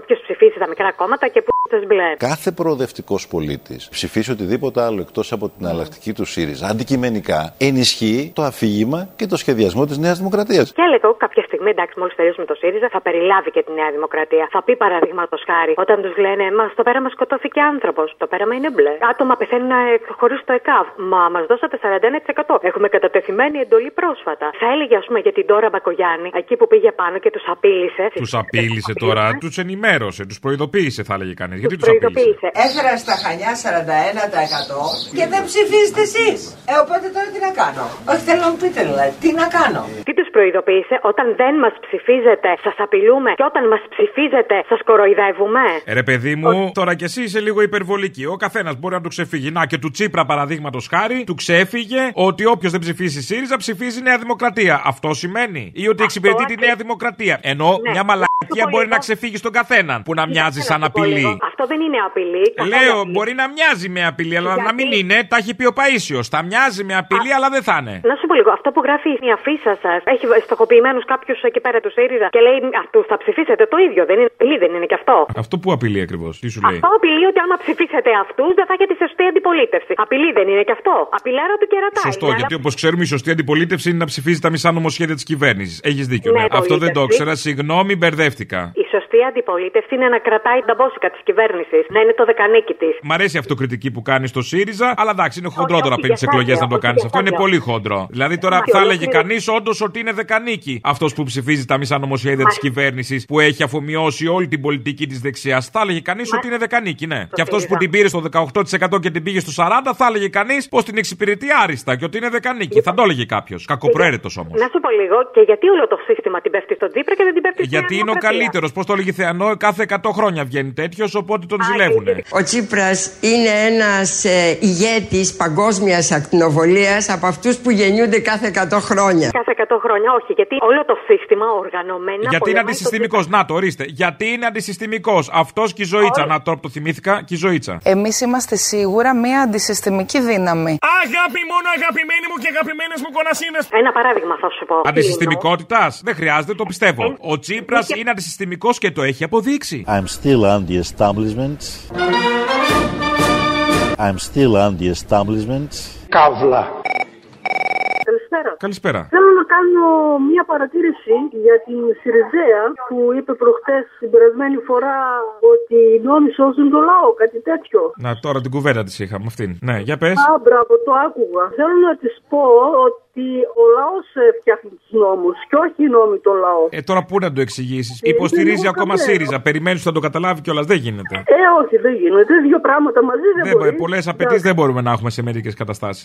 S27: όποιος ψηφίσει τα μικρά κόμματα και που μπλε.
S6: Κάθε προοδευτικός πολίτης ψηφίσει οτιδήποτε άλλο εκτός από την αλλακτική του ΣΥΡΙΖΑ αντικειμενικά ενισχύει το αφήγημα και το σχεδιασμό της Νέας Δημοκρατίας.
S27: Και έλεγα εγώ κάποια στιγμή, εντάξει, μόλις τελειώσουμε το ΣΥΡΙΖΑ, θα περιλάβει και τη Νέα Δημοκρατία. Θα πει παραδείγματος χάρη, όταν τους λένε Μας στο πέραμα σκοτώθηκε άνθρωπος, το πέραμα είναι μπλε. Άτομα πεθαίνουν χωρίς το ΕΚΑΒ. Μα μας δώσατε 41%. Έχουμε κατατεθειμένη εντολή πρόσφατα. Θα έλεγε, ας πούμε, για την Τώρα Μπακογιάννη, εκεί που πήγε πάνω και τους απείλησε.
S3: Τους απείλησε τώρα, τους ενημέρωσε, τους προειδοποίησε, θα έλεγε κανείς. Γιατί τους απείλησε.
S27: Προειδοποίησε.
S28: Έφερα στα Χανιά 41% και δεν ψηφίζετε εσείς. Ε, οπότε τώρα τι να κάνω. Όχι, θέλω να μου πείτε δηλαδή, τι να κάνω.
S27: Τι τους προειδοποίησε, όταν δεν μας ψηφίζετε, σας απειλούμε. Και όταν μας ψηφίζετε, σας κοροϊδεύουμε.
S3: Ε, Ρε παιδί μου, τώρα κι εσύ είσαι λίγο υπερβολική. Ο καθένας μπορεί να του ξεφύγει. Να και του Τσίπρα, παραδείγματος χάρη, του ξέφυγε ότι όποιος δεν ψηφίσει ΣΥΡΙΖΑ ψηφίζει Νέα Δημοκρατία. Αυτό σημαίνει. Ή ότι εξυπηρετεί τη Νέα Δημοκρατία. Ενώ
S27: Ναι.
S3: μια μαλακία
S27: πω
S3: μπορεί
S27: λίγο.
S3: να ξεφύγει στον καθέναν που να μοιάζει σαν απειλή.
S27: Αυτό δεν είναι απειλή. καθόλου
S3: Λέω,
S27: απειλή.
S3: μπορεί να μοιάζει με απειλή, αλλά να μην
S27: Γιατί?
S3: είναι. Τα έχει πει ο Παίσιο. Τα μοιάζει με απειλή, αλλά δεν θα είναι.
S27: Να σου πω λίγο, αυτό που γράφει η αφίσα σας έχει έχει στοχοποιημένους κάποιους εκεί πέρα του ΣΥΡΙΖΑ και λέει αυτού θα ψηφίσετε το ίδιο. Δεν είναι απειλή, δεν είναι και αυτό.
S3: Αυτό που απειλεί ακριβώς, τι σου λέει.
S27: Αυτό απειλεί ότι άμα ψηφίσετε αυτούς δεν θα έχετε σωστή αντιπολίτευση. Απειλή δεν είναι και αυτό. Απειλάρα του κερατάει.
S3: Σωστό,
S27: Ναι,
S3: γιατί
S27: αλλά-
S3: όπως ξέρουμε η σωστή αντιπολίτευση είναι να ψηφίζει τα μισά νομοσχέδια της κυβέρνησης. Έχεις δίκιο.
S27: Ναι,
S3: ναι. Αυτό δεν το
S27: αντιπολίτευση.
S3: ήξερα. Συγγνώμη, μπερδεύτηκα.
S27: Η σωστή αντιπολίτευση είναι να κρατάει τα μπόσικα της κυβέρνησης, να είναι το δεκανίκι της.
S3: Μ' αρέσει η αυτοκριτική που κάνει στο ΣΥΡΙΖΑ, αλλά εντάξει, είναι χοντρό τώρα
S27: όχι,
S3: πριν τι
S27: για
S3: εκλογές να
S27: σένα,
S3: το
S27: όχι,
S3: κάνεις
S27: για
S3: αυτό. Είναι
S27: σένα.
S3: πολύ χοντρό. Δηλαδή τώρα
S27: Μα,
S3: θα
S27: και
S3: έλεγε κανεί
S27: ολόκληρη-
S3: όντως ότι είναι δεκανίκη αυτός που ψηφίζει τα μισά νομοσχέδια της κυβέρνησης που έχει αφομοιώσει όλη την πολιτική της δεξιάς. Θα έλεγε κανείς ότι είναι δεκανίκη, ναι. Και αυτός που
S27: ΣΥΡΙΖΑ.
S3: την πήρε στο 18% και την πήγε στο 40% θα έλεγε κανείς πως την εξυπηρετεί άριστα και ότι είναι δεκανίκη.
S27: Λοιπόν-
S3: Θα το έλεγε κάποιος. Κακοπροαίρετος όμως.
S27: Να σου πω λίγο και γιατί όλο το σύστημα την πέφτει στον Τζίπρα και δεν την πέφτει στην
S3: Ε, Γιατί είναι ο
S27: Δημοκρατία.
S3: καλύτερος. Πώς το έλεγε Θεανό, κάθε 100 χρόνια βγαίνει τέτοιος, οπότε τον ζηλεύουν.
S29: Ο Τσίπρας είναι ένας ε, ηγέτης παγκόσμιας ακτινοβολίας από αυτούς που γεννιούνται κάθε 100 χρόνια.
S27: Κάθε 100 χρόνια, όχι, γιατί όλο το σύστημα οργανωμένα.
S3: Γιατί είναι
S27: πολεμάει το
S3: αντισυστημικός. Να το ορίστε. Γιατί είναι αντισυστημικός. Αυτός και η ζωήτσα. Να τώρα που το θυμήθηκα και η
S30: Ε,
S3: ζωήτσα.
S7: Εμείς είμαστε σίγουρα μία αντισυστημική δύναμη.
S31: Αγάπη μόνο αγαπημένοι μου και αγαπημένες μου κονασίνε.
S27: Ένα παράδειγμα θα σου πω.
S3: Αντισυστημικότητα. Δεν χρειάζεται, το
S30: Ε,
S3: πιστεύω. Ο Τσίπρας
S30: ναι.
S3: είναι αντισυστημικός και το έχει αποδείξει.
S32: I'm still on the establishment. I'm still on the establishment.
S29: Καύλα.
S30: Καλησπέρα.
S3: Καλησπέρα.
S30: Θέλω να κάνω μία παρατήρηση για την Σιριζέα που είπε προχτές την περασμένη φορά ότι οι νόμοι σώζουν το λαό, κάτι τέτοιο.
S3: Να τώρα την κουβέντα της είχαμε αυτήν. Ναι, για πες.
S30: Α, μπράβο, το άκουγα. Θέλω να της πω ότι ο λαός ε, φτιάχνει τους νόμους και όχι οι νόμοι το λαό.
S3: Ε, τώρα πού να το εξηγήσεις.
S30: Ε,
S3: Υποστηρίζει
S30: δεν
S3: ακόμα
S30: έχω
S3: ΣΥΡΙΖΑ. Περιμένει ότι θα το καταλάβει κιόλας. Δεν γίνεται.
S30: Ε, όχι, δεν γίνεται. Δύο πράγματα μαζί δεν,
S3: Δεν μπορεί.
S30: μπορεί.
S3: Πολλές απαιτήσεις δεν μπορούμε να έχουμε σε μερικές καταστάσεις.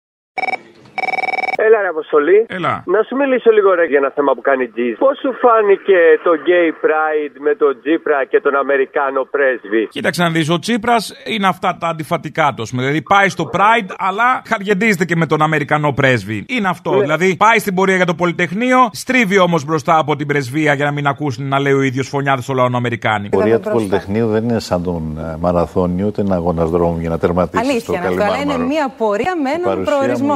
S33: Έλα, ρε Αποστολή.
S3: Έλα.
S33: Να σου μιλήσω λίγο ρε, για ένα θέμα που κάνει Τζιζ. Πώς σου φάνηκε το Gay Pride με τον Τζίπρα και τον Αμερικάνο πρέσβη.
S3: Κοίταξε να δεις, ο Τσίπρα είναι αυτά τα αντιφατικά του. ας πούμε. Δηλαδή πάει στο Pride, αλλά χαργεντίζεται και με τον Αμερικανό πρέσβη. Είναι αυτό. Δηλαδή πάει στην πορεία για το Πολυτεχνείο, στρίβει όμως μπροστά από την πρεσβεία για να μην ακούσουν να λέει ο ίδιος φωνιάδες στο λαό Αμερικάνοι.
S32: Η πορεία του Πολυτεχνείου δεν είναι σαν τον ε, μαραθώνιο, ούτε ένα αγώνα δρόμου για να τερματίσει στο
S28: Αλήθεια είναι αυτό, αλλά είναι
S32: Καλιμάρμαρο.
S28: μία πορεία με
S32: Η
S28: έναν
S32: παρουσία μου,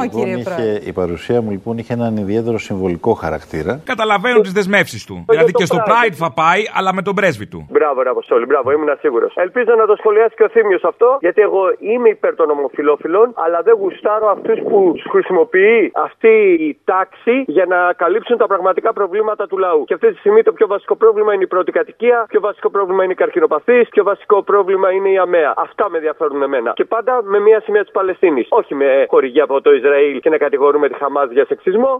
S28: προορισμό,
S32: λοιπόν,
S28: κύριε
S32: είχε-
S28: Πρόεδρε.
S32: Η παρουσία μου λοιπόν είχε έναν ιδιαίτερο συμβολικό χαρακτήρα.
S3: Καταλαβαίνουν τις δεσμεύσεις του. Δηλαδή και στο Pride θα πάει, αλλά με τον πρέσβη του.
S33: Μπράβο, ρε Αποστολή, μπράβο, ήμουν σίγουρος. Ελπίζω να το σχολιάσει και ο Θήμιος αυτό, γιατί εγώ είμαι υπέρ των ομοφυλόφιλων, αλλά δεν γουστάρω αυτούς που τους χρησιμοποιεί αυτή η τάξη για να καλύψουν τα πραγματικά προβλήματα του λαού. Και αυτή τη στιγμή το πιο βασικό πρόβλημα είναι η πρώτη κατοικία, πιο βασικό πρόβλημα είναι οι καρκινοπαθείς, πιο βασικό πρόβλημα είναι η αμαία. Αυτά με ενδιαφέρουν εμένα. Και πάντα με μία σημαία της Παλαιστίνης. Όχι με χορηγία από το Ισραήλ και να κατηγορούμε τη Χαμάς για σεξισμό.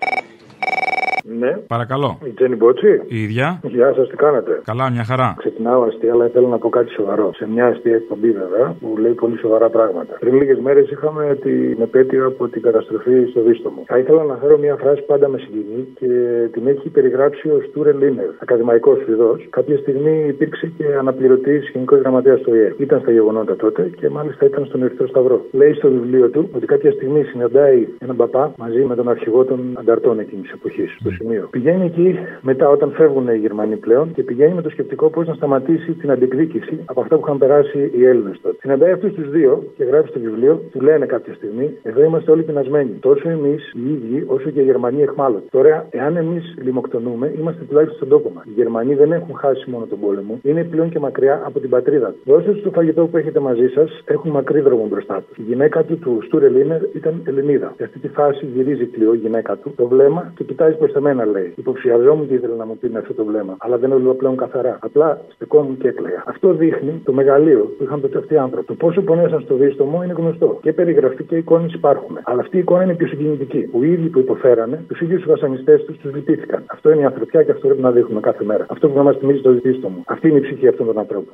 S13: Ναι,
S3: Παρακαλώ.
S13: η Τζένι Μπότσι.
S3: Η ίδια.
S13: Γεια σας, τι κάνετε.
S3: Καλά, μια χαρά.
S13: Ξεκινάω αστεία, αλλά θέλω να πω κάτι σοβαρό. Σε μια αστεία εκπομπή, βέβαια, που λέει πολύ σοβαρά πράγματα. Πριν λίγες μέρες είχαμε την επέτειο από την καταστροφή στο Δίστομο. Θα ήθελα να φέρω μια φράση που πάντα με συγκινεί και την έχει περιγράψει ο Στούρε Λίνερ, ακαδημαϊκός Σουηδός. Κάποια στιγμή υπήρξε και αναπληρωτή γενικό γραμματέα του ΙΕ. Ήταν στα γεγονότα τότε και μάλιστα ήταν στον Ερυθρό Σταυρό. Λέει στο βιβλίο του ότι κάποια στιγμή συναντάει έναν παπά μαζί με τον αρχηγό των ανταρτών εκείνης της εποχής, στο σημείο. Πηγαίνει εκεί μετά, όταν φεύγουν οι Γερμανοί πλέον, και πηγαίνει με το σκεπτικό πώς να σταματήσει την αντικδίκηση από αυτά που είχαν περάσει οι Έλληνες τότε. Συναντάει αυτούς τους δύο και γράφει στο βιβλίο, του λένε κάποια στιγμή, εδώ είμαστε όλοι πεινασμένοι. Τόσο εμείς οι ίδιοι, όσο και οι Γερμανοί εχμάλωτοι. Τώρα, εάν εμείς λιμοκτονούμε, είμαστε τουλάχιστον στον τόπο μας. Οι Γερμανοί δεν έχουν χάσει μόνο τον πόλεμο, είναι πλέον και μακριά από την πατρίδα τους. Δώστε τους το φαγητό που έχετε μαζί σας, έχουν μακρύ δρόμο μπροστά τους. Η γυναίκα του, του Στούρε Λίνερ, ήταν Ελληνίδα. Σε αυτή τη φάση γυρίζει κλειό η γυναίκα του το βλέμμα και κοιτάζει προς τα μένα, λέει. Υποψιαζόμουν τι ήθελε να μου πει με αυτό το βλέμμα, αλλά δεν έβλεπα πλέον καθαρά. Απλά στεκόμουν και έκλαιγα. Αυτό δείχνει το μεγαλείο που είχαν τότε αυτοί οι άνθρωποι. Το πόσο πονέσαν στο δίστομο είναι γνωστό. Και περιγραφή και εικόνες υπάρχουν. Αλλά αυτή η εικόνα είναι πιο συγκινητική. Οι ίδιοι που υποφέρανε, τους ίδιους τους βασανιστές τους, τους λυπήθηκαν. Αυτό είναι η ανθρωπιά και αυτό πρέπει να δείχνουμε κάθε μέρα. Αυτό που να μας θυμίζει το δίστομο. Αυτή είναι η ψυχή αυτών των ανθρώπων.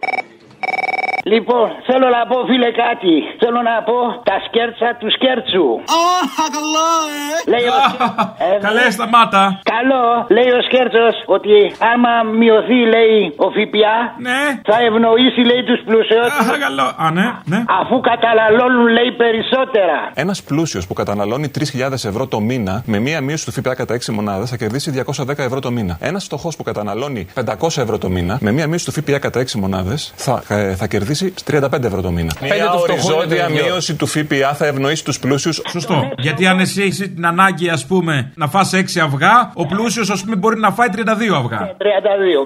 S18: Λοιπόν, θέλω να πω, φίλε, κάτι. Θέλω να πω τα σκέρτσα του σκέρτσου.
S12: Αχ, καλό, ε!
S18: Λέει ο
S3: Καλέ, σταμάτα.
S18: Ε, Καλό, λέει ο σκέρτσος, ότι άμα μειωθεί, λέει, ο ΦΠΑ, θα ευνοήσει, λέει, τους πλουσιότερου.
S3: Ναι. Αχ, καλό. Α, ναι, ναι.
S18: Αφού καταναλώνουν, λέει, περισσότερα.
S14: Ένας πλούσιος που καταναλώνει 3.000 ευρώ το μήνα με μία μείωση του ΦΠΑ κατά 6 μονάδες θα κερδίσει 210 ευρώ το μήνα. Ένας φτωχός που καταναλώνει 500 ευρώ το μήνα με μία μείωση του ΦΠΑ κατά 6 μονάδες θα, ε, θα κερδίσει 35 ευρώ το μήνα.
S3: Μια
S14: Πέντε του
S3: οριζόντια
S14: οριζόντια
S3: μείωση.
S14: μείωση του ΦΠΑ θα ευνοήσει τους πλούσιους.
S3: Σωστό. Γιατί αν εσύ έχεις την ανάγκη, ας πούμε, να φας 6 αυγά, ο πλούσιος, ας πούμε, μπορεί να φάει 32 αυγά.
S18: 32,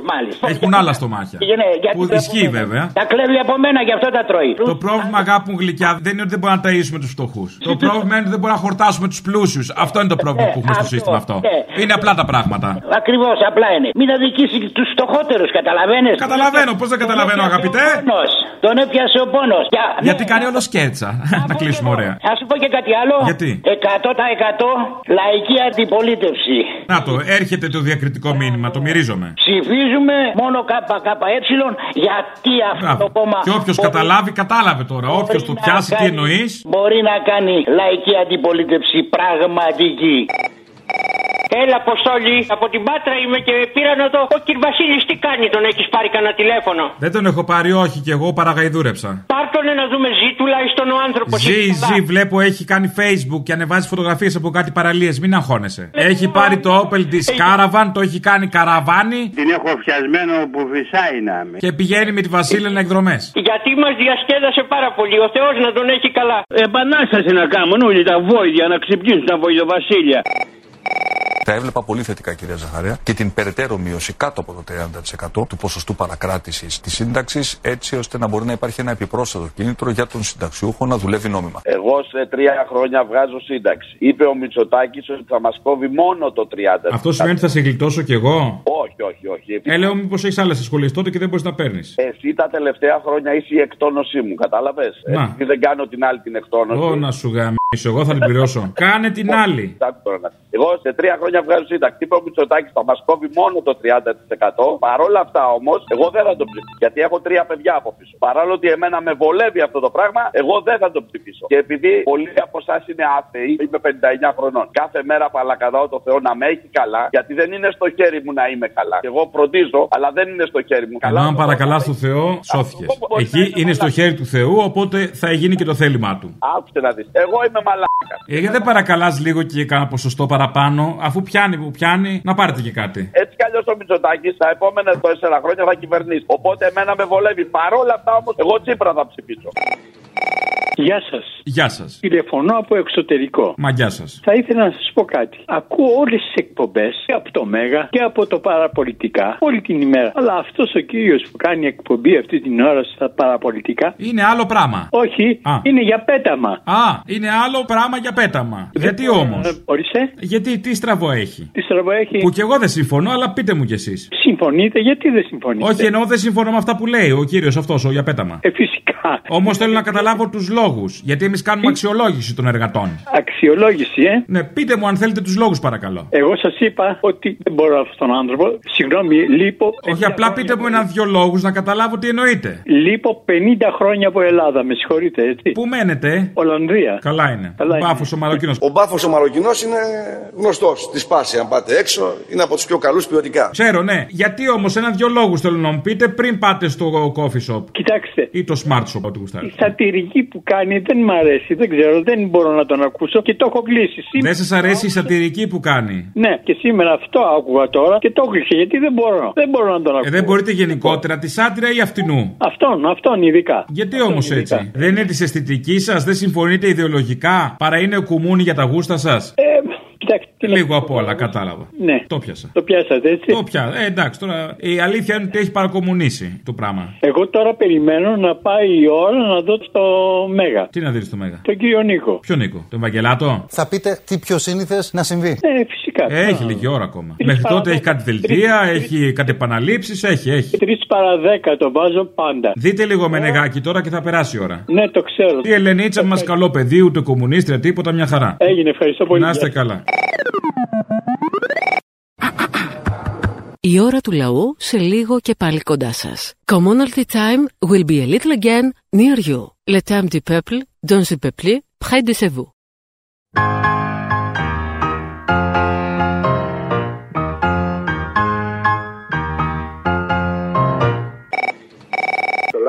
S18: Ε, μάλιστα.
S3: Έχουν άλλα στομάχια.
S18: Ε, ναι, γιατί
S3: Που
S18: τα-
S3: ισχύει βέβαια.
S18: Τα κλέβει από μένα, γι' αυτό τα τρώει.
S3: Το πρόβλημα, αγάπη μου γλυκιά, δεν είναι ότι δεν μπορούμε να ταΐσουμε τους φτωχούς. Το πρόβλημα είναι ότι δεν μπορούμε να χορτάσουμε τους πλούσιους. Αυτό είναι το πρόβλημα που έχουμε στο σύστημα αυτό.
S18: ναι.
S3: Είναι απλά τα πράγματα.
S18: Ακριβώς, απλά είναι. Μην αδικήσει τους φτωχότερους, καταλαβαίνετε.
S3: Καταλαβαίνω, πώς δεν καταλαβαίνω, αγαπητέ.
S18: Τον έπιασε ο πόνος.
S3: Γιατί κάνει όλο σκέτσα.
S18: Ε,
S3: Να κλείσουμε ωραία.
S18: Θα σου πω και κάτι άλλο.
S3: Γιατί?
S18: 100% λαϊκή αντιπολίτευση.
S3: Να το, έρχεται το διακριτικό μήνυμα, το μυρίζομαι.
S18: Ψηφίζουμε μόνο ΚΚΕ γιατί αυτό το κόμμα.
S3: Και όποιος
S18: μπορεί-
S3: καταλάβει, κατάλαβε τώρα. Όποιος το
S18: να
S3: πιάσει, τι
S18: κάνει-
S3: εννοείς.
S18: Μπορεί να κάνει λαϊκή αντιπολίτευση πραγματική.
S12: Έλα, Αποστόλη, από την Πάτρα είμαι και πήρα να το. Ο κ. Βασίλης τι κάνει, τον έχεις πάρει κανένα τηλέφωνο.
S3: Δεν τον έχω πάρει, όχι, και εγώ παραγαϊδούρεψα.
S12: Πάρ' τον να δούμε, ζει τουλάχιστον ο άνθρωπος.
S3: Ζει, ζει, βλέπω έχει κάνει facebook και ανεβάζει φωτογραφίες από κάτι παραλίες. Μην αγχώνεσαι. Ε, Έχει πάρει Ε, το Opel τη Caravan, το έχει κάνει καραβάνι
S15: Την έχω φτιασμένο που φυσάει να είμαι.
S3: και πηγαίνει με τη Βασίλενα εκδρομές.
S12: Γιατί μας διασκέδασε πάρα πολύ. Ο Θεός να τον έχει καλά.
S15: Επανάσταση να κάνουν όλοι τα βόηδια, να ξυπνήσουν τα βόηδοβασίλια.
S16: Τα έβλεπα πολύ θετικά, κυρία Ζαχαρέα, και την περαιτέρω μείωση κάτω από το 30% του ποσοστού παρακράτησης της σύνταξης, έτσι ώστε να μπορεί να υπάρχει ένα επιπρόσθετο κίνητρο για τον συνταξιούχο να δουλεύει νόμιμα.
S20: Εγώ σε τρία χρόνια βγάζω σύνταξη. Είπε ο Μητσοτάκης ότι θα μας κόβει μόνο το 30%.
S3: Αυτό σημαίνει ότι θα σε γλιτώσω κι εγώ.
S20: Όχι, όχι, όχι.
S3: Ε, λέω, μήπως έχεις άλλες ασχολίες τότε και δεν μπορείς να παίρνεις.
S20: Εσύ τα τελευταία χρόνια είσαι η εκτόνωσή μου, κατάλαβες.
S3: Να.
S20: Επειδή δεν κάνω την άλλη την εκτόνωση.
S3: Ω να σου γαμίσω, εγώ θα την πληρώσω. Κάνε την
S20: Λοιπόν,
S3: άλλη.
S20: άκου τώρα να- Εγώ σε τρία χρόνια βγάζω σύνταξη. Είπε ο Μητσοτάκης θα μας κόβει μόνο το 30%. Παρ' όλα αυτά όμως, εγώ δεν θα το ψηφίσω. Γιατί έχω τρία παιδιά από πίσω. Παράλληλα ότι εμένα με βολεύει αυτό το πράγμα, εγώ δεν θα το ψηφίσω. Και επειδή πολλοί από εσάς είναι άθεοι, είμαι 59 χρονών. Κάθε μέρα παλακαδάω το Θεό να με έχει καλά, γιατί δεν είναι στο χέρι μου να είμαι καλά. Εγώ φροντίζω, αλλά δεν είναι στο χέρι μου.
S3: Ενώ
S20: Καλά,
S3: αν παρακαλά το Θεό, σώθηκε. Εκεί είναι στο χέρι του Θεού, οπότε θα γίνει και το θέλημά του.
S20: άκουσε να ε, δεις. Εγώ είμαι μαλάκας.
S3: Ε, γιατί δεν παρακαλάς λίγο και κάνα ποσοστό παραπάνω, αφού πιάνει που πιάνει, να πάρετε και κάτι.
S20: Έτσι κι αλλιώς ο Μητσοτάκης τα επόμενα 4 χρόνια θα κυβερνήσει. Οπότε εμένα με βολεύει. Παρόλα αυτά όμως, εγώ Τσίπρα θα ψηφίσω.
S15: Γεια σας.
S3: Γεια σας.
S15: Τηλεφωνώ από εξωτερικό.
S3: Μα γεια σας.
S15: Θα ήθελα να σας πω κάτι. Ακούω όλες τις εκπομπές και από το Μέγα και από το Παραπολιτικά όλη την ημέρα. Αλλά αυτός ο κύριος που κάνει εκπομπή αυτή την ώρα στα Παραπολιτικά.
S3: Είναι άλλο πράγμα.
S15: Όχι, είναι για πέταμα.
S3: Α, είναι άλλο πράγμα για πέταμα. Γιατί όμως.
S15: Ε, Ορίστε.
S3: Γιατί τι στραβό έχει.
S15: Τι στραβό έχει.
S3: Που κι εγώ δεν συμφωνώ, αλλά πείτε μου κι εσείς.
S15: Συμφωνείτε, γιατί δεν συμφωνείτε.
S3: Όχι, εννοώ δεν συμφωνώ με αυτά που λέει ο κύριος αυτός, ο για πέταμα.
S15: Ε, φυσικά. Ε,
S3: Όμως θέλω να καταλάβω τους λόγους. Γιατί εμείς κάνουμε αξιολόγηση των εργατών.
S15: Αξιολόγηση, ε.
S3: Ναι, πείτε μου αν θέλετε τους λόγους, παρακαλώ.
S15: Εγώ σας είπα ότι δεν μπορώ αυτόν τον άνθρωπο. Συγγνώμη, λείπω.
S3: Όχι, απλά πείτε μου ένα-δυο λόγους να καταλάβω τι εννοείτε.
S15: Λείπω 50 χρόνια από Ελλάδα, με συγχωρείτε, έτσι.
S3: Πού μένετε,
S15: Ολλανδία.
S3: Καλά είναι. Ο μπάφος ο Μαροκινός.
S5: Ο μπάφος ο Μαροκινός είναι γνωστός τη πάση. Αν πάτε έξω, είναι από τους πιο καλούς ποιοτικά.
S3: Ξέρω, ναι. Γιατί όμως ένα-δυο λόγους θέλω να μου πείτε πριν πάτε στο coffee shop.
S15: Κοιτάξτε.
S3: Ή το smart shop, ό,τι
S15: Η
S3: γουστάρει.
S15: σατυρική που κάνει δεν μ' αρέσει, δεν ξέρω, δεν μπορώ να τον ακούσω και το έχω κλείσει. Σήμερα...
S3: Δεν σας αρέσει η σατυρική που κάνει.
S15: Ναι, και σήμερα αυτό άκουγα τώρα και το κλείσε γιατί δεν μπορώ. Δεν μπορώ να τον ακούσω.
S3: Ε, δεν μπορείτε γενικότερα τη άντρια ή αυτινού.
S15: Αυτόν, αυτόν ειδικά.
S3: Γιατί όμω έτσι. Δεν είναι της αισθητικής σας, δεν συμφωνείτε ιδεολογικά, παρά είναι κουμούνι για τα γούστα σας.
S15: Ε,
S3: Λίγο απ' όλα, κατάλαβα.
S15: Ναι.
S3: Το πιάσα.
S15: Το πιάσατε έτσι.
S3: Το πιάσα. Ε, εντάξει, τώρα η αλήθεια είναι ότι έχει παρακομμουνήσει το πράγμα.
S15: Εγώ τώρα περιμένω να πάει η ώρα να δω το Μέγα.
S3: Τι να δεις στο Μέγα.
S15: Τον κύριο Νίκο.
S3: Ποιο Νίκο, τον Βαγγελάτο.
S20: Θα πείτε τι πιο σύνηθες να συμβεί.
S15: Ε, φυσικά.
S3: Έχει λίγη ώρα ακόμα. Μέχρι τότε έχει κάτι δελτία, έχει κάτι επαναλήψεις, έχει, έχει.
S15: Τρεις παρα δέκα το βάζω πάντα.
S3: Δείτε λίγο με νεγάκι τώρα και θα περάσει η ώρα.
S15: Ναι, το ξέρω.
S3: Η Ελενίτσα μας καλό παιδί, ούτε κομμουνίστρια, τίποτα, μια χαρά.
S15: Ε, Έγινε, ευχαριστώ πολύ.
S3: Να είστε καλά.
S1: Η ώρα του λαού σε λίγο και πάλι κοντά σας. Commonalty time will be a little again near you. Le temps du peuple, dans le peuple, près de chez vous.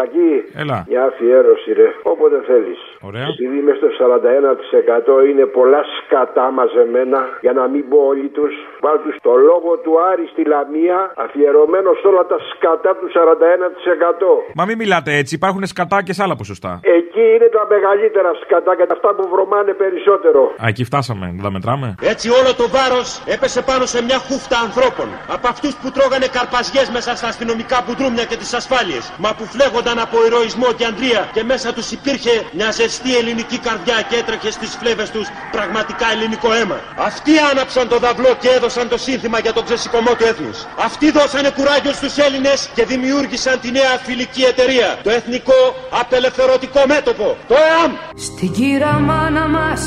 S34: Λακή,
S3: Έλα.
S34: μια αφιέρωση ρε, όποτε θέλεις.
S3: Ωραία.
S34: Επειδή είμαι στο 41% είναι πολλά σκατά μαζεμένα, για να μην πω όλοι τους, βάλ τους το λόγο του Άρη στη Λαμία, αφιερωμένος σε όλα τα σκατά του 41%.
S3: Μα μην μιλάτε έτσι, υπάρχουν σκατά και σε άλλα ποσοστά.
S34: Εκεί είναι τα μεγαλύτερα σκατά και τα αυτά που βρωμάνε περισσότερο.
S3: Α, εκεί φτάσαμε, δεν τα μετράμε.
S24: Έτσι όλο το βάρος έπεσε πάνω σε μια χούφτα ανθρώπων. Από αυτούς που τρώγανε καρπαζιές μέσα στα αστυνομικά μπουντρούμια και τις ασφάλειες. Μα που φλέγονταν από ηρωισμό και αντρία. Και μέσα τους υπήρχε μια ζεστή ελληνική καρδιά και έτρεχε στις φλέβες τους πραγματικά ελληνικό αίμα. Αυτοί άναψαν το δαυλό και έδωσαν το σύνθημα για τον ξεσηκωμό του έθνους. Αυτοί δώσανε κουράγιο στους Έλληνες και δημιούργησαν τη νέα φιλική εταιρεία. Το Εθνικό Απελευθερωτικό Μέτωπο. Το ΕΑΜ.
S17: Στην κύρα μάνα μας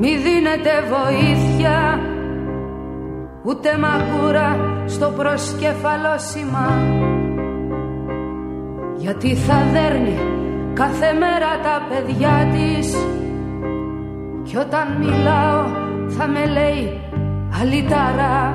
S17: μη δίνετε βοήθεια ούτε μαγούρα στο προσκεφαλό σήμα γιατί θα δέρνει κάθε μέρα τα παιδιά της κι όταν μιλάω θα με λέει αλυταρά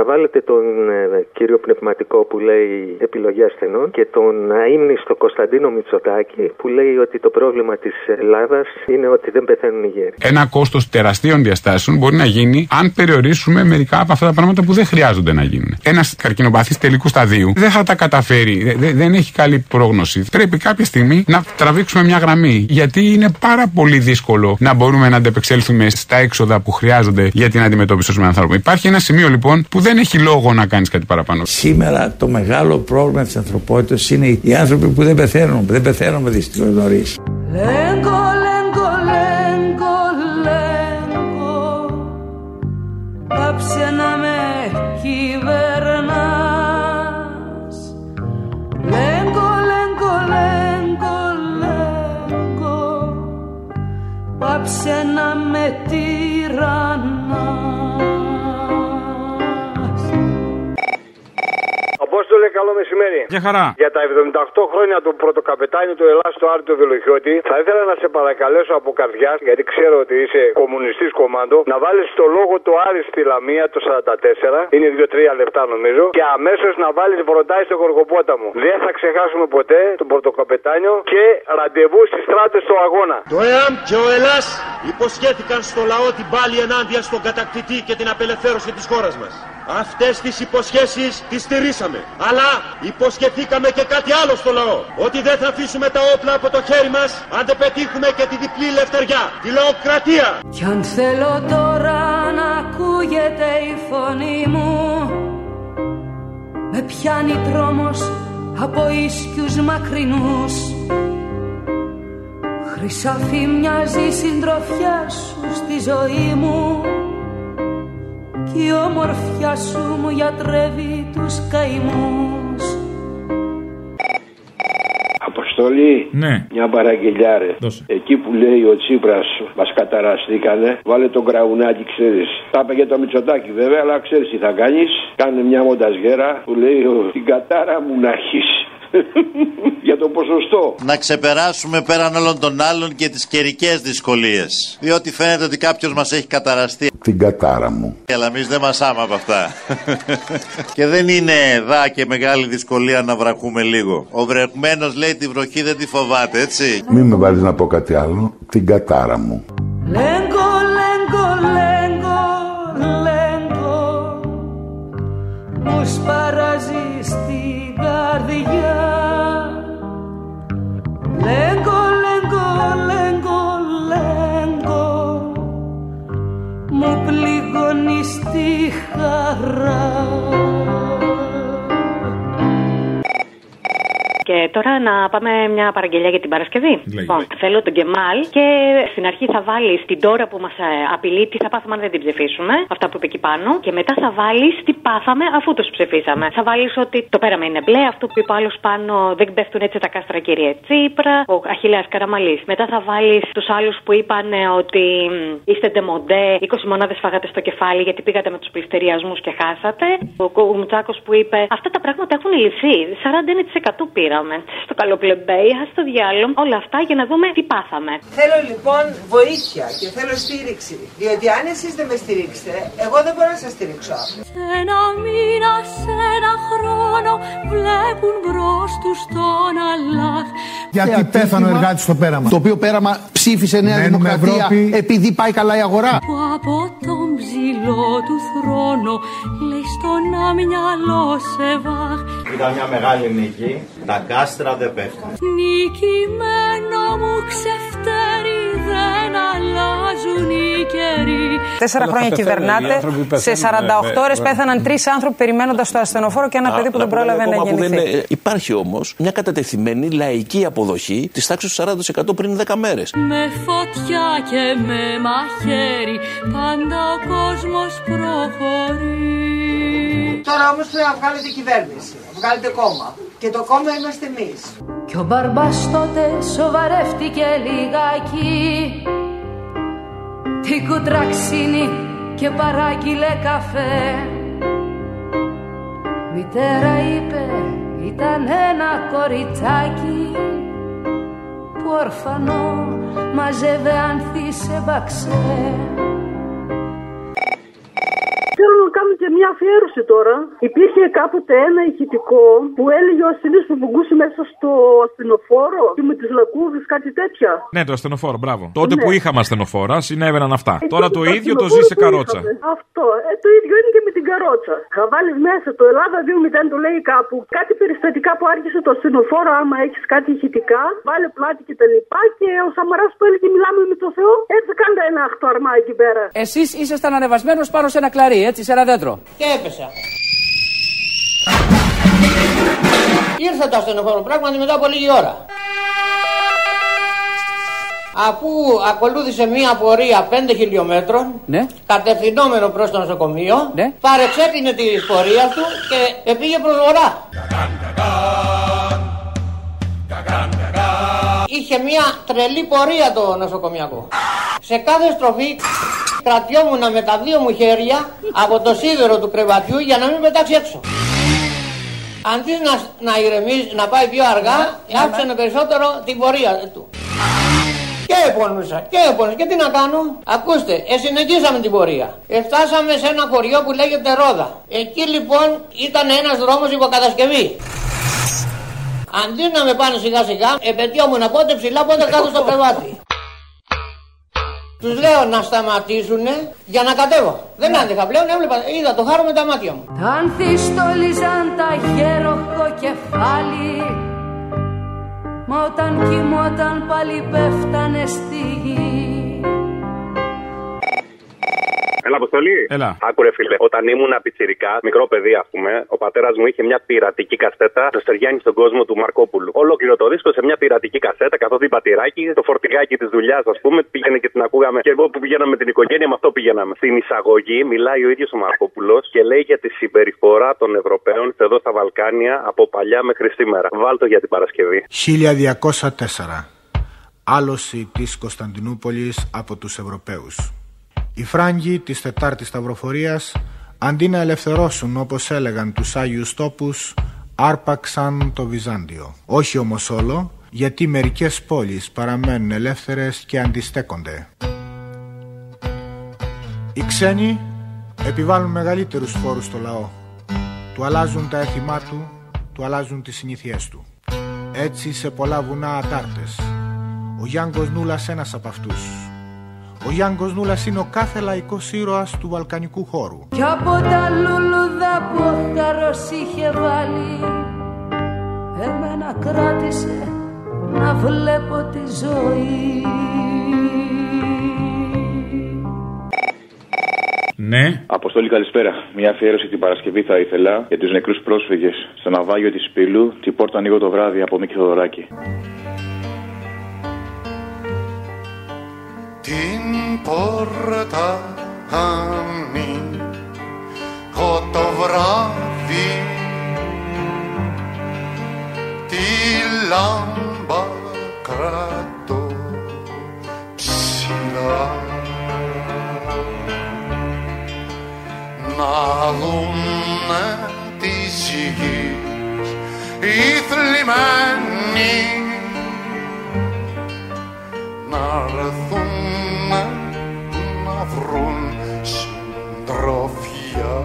S35: Να βάλετε τον ε, κύριο πνευματικό που λέει επιλογή ασθενών και τον αείμνηστο Κωνσταντίνο Μητσοτάκη που λέει ότι το πρόβλημα της Ελλάδας είναι ότι δεν πεθαίνουν οι γέροι.
S14: Ένα κόστος τεραστίων διαστάσεων μπορεί να γίνει αν περιορίσουμε μερικά από αυτά τα πράγματα που δεν χρειάζονται να γίνουν. Ένας καρκινοπαθής τελικού σταδίου δεν θα τα καταφέρει, δε- δε- δεν έχει καλή πρόγνωση. Πρέπει κάποια στιγμή να τραβήξουμε μια γραμμή. Γιατί είναι πάρα πολύ δύσκολο να μπορούμε να αντεπεξέλθουμε στα έξοδα που χρειάζονται για την αντιμετώπιση των ανθρώπων. Υπάρχει ένα σημείο λοιπόν που δεν έχει λόγο να κάνεις κάτι παραπάνω.
S15: Σήμερα το μεγάλο πρόβλημα της ανθρωπότητας είναι οι άνθρωποι που δεν πεθαίνουν, που δεν πεθαίνουμε δυστυχώς νωρίς.
S17: Λέγκο, λέγκο, λέγκο, λέγκο Πάψε να με κυβερνάς Λέγκο, λέγκο, λέγκο, λέγκο Πάψε να με τυραννάς
S34: Απόστολε, καλό μεσημέρι.
S3: Μια χαρά.
S34: Για τα 78 χρόνια του πρωτοκαπετάνιου του Ελλάς του Άρη του Δηλοχιώτη, θα ήθελα να σε παρακαλέσω από καρδιάς, γιατί ξέρω ότι είσαι κομμουνιστής κομμάντο, να βάλεις το λόγο του Άρη στη Λαμία το 44, είναι 2-3 λεπτά νομίζω, και αμέσως να βάλεις βροντάι στο Γοργοπόταμο. Δεν θα ξεχάσουμε ποτέ τον πρωτοκαπετάνιο και ραντεβού στις στράτες του αγώνα.
S24: Το ΕΑΜ και ο ΕΛΑΣ υποσχέθηκαν στο λαό την πάλη ενάντια στον κατακτητή και την απελευθέρωση της χώρας μας. Αυτές τις υποσχέσεις τις στηρίσαμε. Αλλά υποσχεθήκαμε και κάτι άλλο στο λαό. Ότι δεν θα αφήσουμε τα όπλα από το χέρι μας αν δεν πετύχουμε και τη διπλή ελευθεριά, τη λαοκρατία.
S17: Κι αν θέλω τώρα να ακούγεται η φωνή μου Με πιάνει τρόμος από ίσκιους μακρινούς Χρυσάφι μοιάζει η συντροφιά σου στη ζωή μου Κι η ομορφιά σου μου γιατρεύει τους καημούς
S36: Αποστολή,
S3: Ναι.
S36: μια παραγγελιά ρε. Εκεί που λέει ο Τσίπρας μας καταραστήκανε, βάλε τον κραουνάκι, ξέρεις. Τα είπε για το Μητσοτάκι βέβαια, αλλά ξέρεις τι θα κάνεις. Κάνε μια μονταζιέρα που λέει «Ο, την κατάρα μου να έχεις. για το ποσοστό.
S14: να ξεπεράσουμε πέραν όλων των άλλων και τις καιρικές δυσκολίες. Διότι φαίνεται ότι κάποιος μας έχει καταραστεί.
S22: Την κατάρα μου.
S14: Αλλά εμείς δεν μας άμα από αυτά. και δεν είναι δά και μεγάλη δυσκολία να βραχούμε λίγο. Ο βρεχμένος λέει τη βροχή δεν τη φοβάται, έτσι.
S22: Μην με βάλεις να πω κάτι άλλο. Την κατάρα μου.
S17: Λέγκο, λέγκο, λέγκο, λέγκο Μου σπαράζεις την καρδιά Λέγκο, λέγκο, λέγκο, λέγκο Μου πληγώνεις τη χαρά
S27: Και τώρα να πάμε μια παραγγελία για την Παρασκευή. Λοιπόν,
S17: Λέγε.
S27: θέλω τον Κεμάλ και στην αρχή θα βάλεις την τώρα που μας απειλεί, τι θα πάθουμε αν δεν την ψηφίσουμε. Αυτά που είπε εκεί πάνω. Και μετά θα βάλεις τι πάθαμε αφού τους ψηφίσαμε. Θα βάλεις ότι το πέραμα είναι μπλε, αυτό που είπε ο άλλος πάνω δεν πέφτουν έτσι τα κάστρα, κύριε Τσίπρα. Ο Αχιλέας Καραμαλής. Μετά θα βάλεις τους άλλους που είπαν ε, ότι μ, είστε ντεμοντέ, 20 μονάδες φάγατε στο κεφάλι γιατί πήγατε με τους πληστηριασμούς και χάσατε. Ο Κουμουτσάκο που είπε Αυτά τα πράγματα έχουν λυθεί. 41% πήραμε. Στο καλοπλεμπέι, ας το διάλογο. Όλα αυτά για να δούμε τι πάθαμε.
S37: Θέλω λοιπόν βοήθεια και θέλω στήριξη. Διότι αν εσείς δεν με στηρίξετε, εγώ δεν μπορώ να σας στηρίξω αύριο.
S17: Σε ένα μήνα, σε ένα χρόνο βλέπουν μπρος τους τον Αλλάχ.
S38: Γιατί πέθανε ο εργάτης στο πέραμα. Το οποίο πέραμα ψήφισε Νέα
S17: Μένουμε
S38: Δημοκρατία
S17: Ευρώπη.
S38: επειδή πάει καλά η αγορά.
S17: Που από τον ψηλό του θρόνο λέει στον αμυαλό σε βαχ.
S39: Ήταν μια μεγάλη νίκη. Τα κάστρα δεν πέφτουν.
S17: Νικημένο μου ξεφτέρι δεν αλλάζουν οι καιροί.
S7: Τέσσερα
S17: Αλλά θα
S7: χρόνια
S17: πεθαίνουν οι
S7: κυβερνάτε.
S17: άνθρωποι που
S7: Σε 48
S17: πεθαίνουν, ναι,
S7: ώρε
S17: βέβαια.
S7: πέθαναν τρεις άνθρωποι περιμένοντας το ασθενοφόρο και ένα παιδί που
S8: Να
S7: δεν
S8: πούμε
S7: πρόλαβε να
S8: ακόμα που δεν
S7: γεννηθεί.
S8: είναι- Υπάρχει όμως μια κατατεθειμένη λαϊκή αποδοχή της τάξης του 40% πριν 10 μέρες.
S17: Με φωτιά και με μαχαίρι πάντα ο κόσμος προχωρεί.
S37: Τώρα όμως πρέπει να βγάλετε κυβέρνηση. να Βγάλετε κόμμα. Και το κόμμα είμαστε εμείς.
S26: Κι ο μπαρμπάς τότε σοβαρεύτηκε λιγάκι Την κουτραξίνη και παράγγειλε καφέ Μητέρα είπε ήταν ένα κοριτσάκι Που ορφανό μαζεύε άνθη σε μπαξέ
S30: Θέλω να κάνω και μια αφιέρωση τώρα. Υπήρχε κάποτε ένα ηχητικό που έλεγε ο ασθενής που βουγκούσε μέσα στο ασθενοφόρο και με τις λακκούδες, κάτι τέτοια.
S3: Ναι, το ασθενοφόρο, μπράβο. Τότε
S30: Ναι.
S3: που είχαμε ασθενοφόρα συνέβαιναν αυτά.
S30: Ε,
S3: Τώρα
S30: τότε
S3: το ίδιο το
S30: ασθενοφόρο
S3: ζει σε
S30: που
S3: καρότσα.
S30: είχαμε. Αυτό. Ε, το ίδιο είναι και με την καρότσα. Θα βάλει μέσα το Ελλάδα 2.0 το λέει κάπου. Κάτι περιστατικά που άρχισε το ασθενοφόρο, άμα έχεις κάτι ηχητικά, βάλε πλάτη και τα λοιπά. Και ο Σαμαράς που έλεγε Μιλάμε με το Θεό, έτσι κάντε ένα αχτωαρμά εκεί πέρα.
S2: Εσείς ήσασταν ανεβασμένος πάνω σε ένα κλαρί, έτσι, σε ένα δέντρο.
S37: Και έπεσα. Ήρθε το ασθενοφόρο πράγματι μετά από λίγη ώρα. Αφού ακολούθησε μία πορεία 5 χιλιόμετρων,
S2: Ναι.
S37: κατευθυνόμενο προς το νοσοκομείο, παρεξέκλεινε τη πορεία του και επήγε προς βορρά. Είχε μία τρελή πορεία το νοσοκομιακό. Σε κάθε στροφή κρατιόμουν με τα δύο μου χέρια από το σίδερο του κρεβατιού για να μην πετάξει έξω. Αντί να, να ηρεμήσει, να πάει πιο αργά, άφησε περισσότερο την πορεία του. Και επονούσα, και επονούσα. Και τι να κάνω. Ακούστε, ε, συνεχίσαμε την πορεία. Ε, φτάσαμε σε ένα χωριό που λέγεται Ρόδα. Εκεί λοιπόν ήταν ένας δρόμος υποκατασκευή. Αντί να με πάνε σιγά σιγά, ε, επαιτειόμουν πότε ψηλά, πότε κάτω στο κρεβάτι. Τους λέω να σταματήσουν για να κατέβω. Δεν άντεχα πλέον, έβλεπα, είδα το χάρο με τα μάτια μου.
S26: Τα ανθιστόλιζαν τα γέροχο κεφάλι Μα όταν κοιμόταν πάλι πέφτανε στη γη
S40: Έλα, Αποστολή.
S3: Έλα.
S40: Άκουρε, φίλε. Όταν ήμουν πιτσιρικά, μικρό παιδί, ας πούμε, ο πατέρας μου είχε μια πειρατική κασέτα το Στεριάνι στον κόσμο του Μαρκόπουλου. Ολόκληρο το δίσκο σε μια πειρατική κασέτα, καθότι πατηράκι, το φορτηγάκι της δουλειάς, ας πούμε, πήγαινε και την ακούγαμε. Και εγώ που πηγαίναμε με την οικογένεια, με αυτό πηγαίναμε. Στην εισαγωγή μιλάει ο ίδιος ο Μαρκόπουλος και λέει για τη συμπεριφορά των Ευρωπαίων εδώ στα Βαλκάνια από παλιά μέχρι σήμερα. Βάλτο για την Παρασκευή.
S38: 1204. Άλωση της Κωνσταντινούπολης από τους Ευρωπαίους. Οι Φράγκοι της Τετάρτης Σταυροφορίας, αντί να ελευθερώσουν όπως έλεγαν τους Άγιους Τόπους, άρπαξαν το Βυζάντιο. Όχι όμως όλο, γιατί μερικές πόλεις παραμένουν ελεύθερες και αντιστέκονται. Οι ξένοι επιβάλλουν μεγαλύτερους φόρους στο λαό. Του αλλάζουν τα έθιμά του, του αλλάζουν τις συνήθειές του. Έτσι σε πολλά βουνά αντάρτες. Ο Γιάνγκος Νούλας ένας από αυτούς. Ο Γιάνγκος Νούλας είναι ο κάθε λαϊκός ήρωας του βαλκανικού χώρου.
S26: Κι από τα λουλούδα που ο χαρός είχε βάλει Εμένα κράτησε να βλέπω τη ζωή
S3: Ναι.
S15: Αποστόλη, καλησπέρα. Μια αφιέρωση την Παρασκευή θα ήθελα για τους νεκρούς πρόσφυγες στο ναυάγιο της Πύλου. Την πόρτα ανοίγω το βράδυ από Μίκη Θοδωράκη.
S41: Την πόρτα ανοίγω το βράδυ Τη λάμπα κρατώ ψηλά Να δούνε τη γη οι θλιμμένοι να έρθουν να βρουν συντροφιά.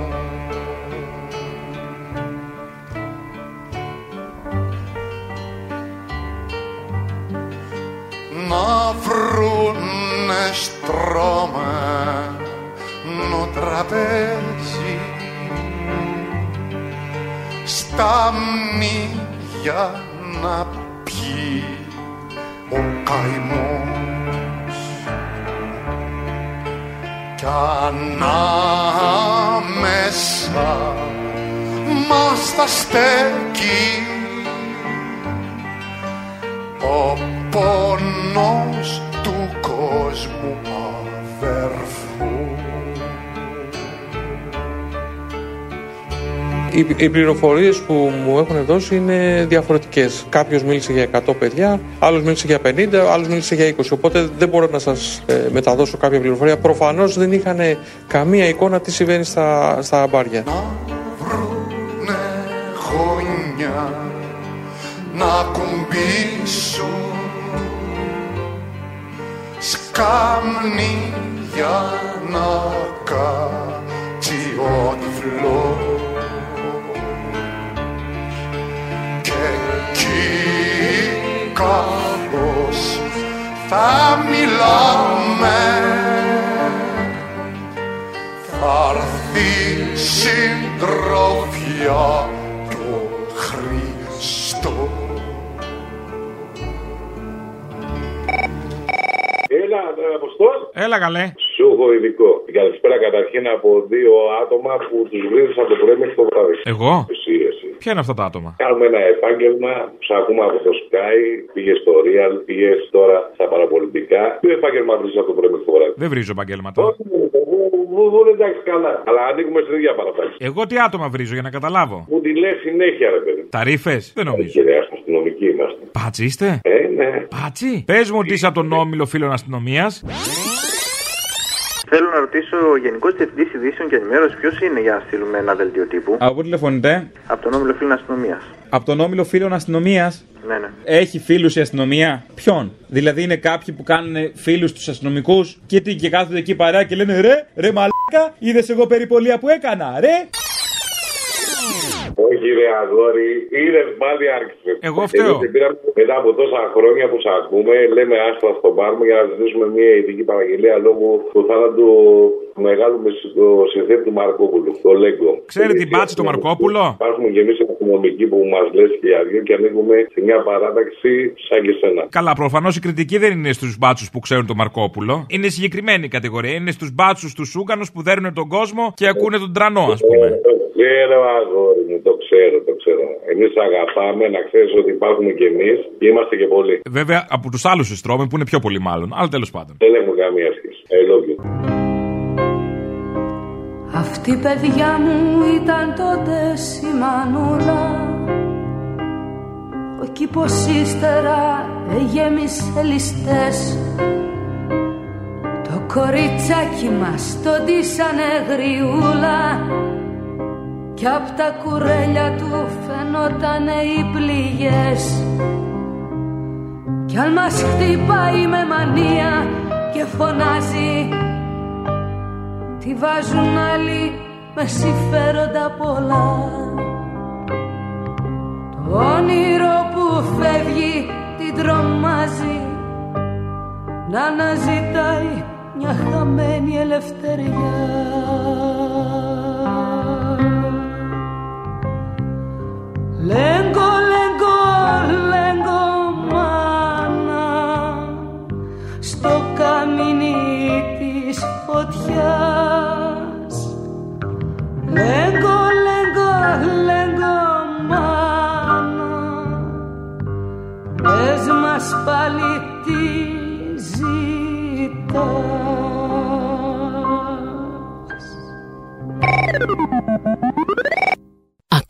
S41: Να βρουν στρώμενο τραπέζι στα μνήγια να πιει ο καημός κι ανάμεσα μας θα στέκει ο πόνος του κόσμου αδερφού
S12: Οι, οι πληροφορίες που μου έχουν δώσει είναι διαφορετικές. Κάποιος μίλησε για 100 παιδιά, άλλος μίλησε για 50, άλλος μίλησε για 20. Οπότε δεν μπορώ να σας ε, μεταδώσω κάποια πληροφορία. Προφανώς δεν είχαν καμία εικόνα τι συμβαίνει στα, στα μπάρια.
S41: Βρούνε γόνια να κουμπίσουν σκάμνη για να κάτσει ο τυφλός και εκεί κάπως θα μιλάμε θα έρθει συντροφιά και ο Χριστός
S42: Έλα, ρε, Αποστόλ.
S3: Έλα καλέ.
S42: Σου έχω ειδικό. Την καλησπέρα καταρχήν από δύο άτομα που τους βρίσκουν από το πρωί μέχρι το βράδυ.
S3: Εγώ.
S42: Εσύ, εσύ.
S3: Ποια είναι αυτά τα άτομα.
S42: Κάνουμε ένα επάγγελμα, ψάχνουμε από το Sky, πήγε στο Real, πήγε τώρα στα παραπολιτικά. Τι επάγγελμα βρίσκει από το πρωί μέχρι το βράδυ.
S3: Δεν βρίζω επαγγέλματα.
S42: Μου εντάξει καλά. Αλλά ανοίγουμε στην ίδια παραπάνω.
S3: Εγώ τι άτομα βρίζω για να καταλάβω.
S42: Μου τη λες συνέχεια, ρε παιδί.
S3: Τα ρήφες. Δεν νομίζω.
S42: Κύριε, αστυνομικοί είμαστε.
S3: Πάτσι είστε.
S42: Ε, ναι.
S3: Πάτσι. Πες μου ότι είσαι από τον όμιλο φίλων αστυνομίας.
S43: Θέλω να ρωτήσω ο Γενικός Διευθυντής Ειδήσεων και Ενημέρωσης ποιος είναι για να στείλουμε ένα δελτίο τύπου.
S44: Από πού τηλεφωνείτε,
S43: Από τον όμιλο φίλων αστυνομίας.
S44: Από τον όμιλο φίλων αστυνομίας.
S43: Ναι, ναι.
S44: Έχει φίλους η αστυνομία. Ποιον. Δηλαδή είναι κάποιοι που κάνουν φίλους τους αστυνομικούς και, τι, και κάθονται εκεί παρέα και λένε ρε, ρε μαλάκα, είδες εγώ περιπολία που έκανα, ρε.
S42: Όχι, ρε αγόρι, είδε πάλι άρχισε.
S3: Εγώ φταίω.
S42: Εμείς σε πήραμε μετά από τόσα χρόνια που σε ακούμε, λέμε άστα στο πάρουμε για να ζητήσουμε μια ειδική παραγγελία λόγω του θάνατου του μεγάλου μεσ- το συνθέτη του Μαρκόπουλου, το Λέγκο.
S3: Ξέρει την
S42: Εμείς οι
S3: μπάτση του
S42: αστυνομικοί
S3: Μαρκόπουλο?
S42: Υπάρχουν και εμείς αστυνομικοί που μας λες και οι αδειοί και ανοίγουμε σε μια παράταξη σαν και σένα.
S3: Καλά, προφανώς η κριτική δεν είναι στους μπάτσους που ξέρουν τον Μαρκόπουλο. Είναι συγκεκριμένη η κατηγορία. Είναι στους μπάτσους τους Σούγκανου που δέρνουν τον κόσμο και ακούνε τον τρανό, ας πούμε.
S42: Ε, Το ξέρω, αγόρι μου, το ξέρω, το ξέρω. Εμείς αγαπάμε, να ξέρεις ότι υπάρχουμε κι εμείς και είμαστε και πολλοί.
S3: Βέβαια από τους άλλους στρώμεν που είναι πιο πολύ μάλλον. Αλλά τέλος πάντων.
S42: Δεν έχουμε καμία σχέση. I love you.
S26: Αυτή η παιδιά μου ήταν τότε σημανούλα Ο κήπος ύστερα γέμισε ληστές Το κοριτσάκι μας το ντύσανε γριούλα Κι απ' τα κουρέλια του φαινότανε οι πληγές Κι αν μας χτυπάει με μανία και φωνάζει Τη βάζουν άλλοι με συμφέροντα πολλά Το όνειρο που φεύγει την τρομάζει Να αναζητάει μια χαμένη ελευθεριά Λέγκο, λέγκο, λέγκο μάνα στο καμίνι της φωτιάς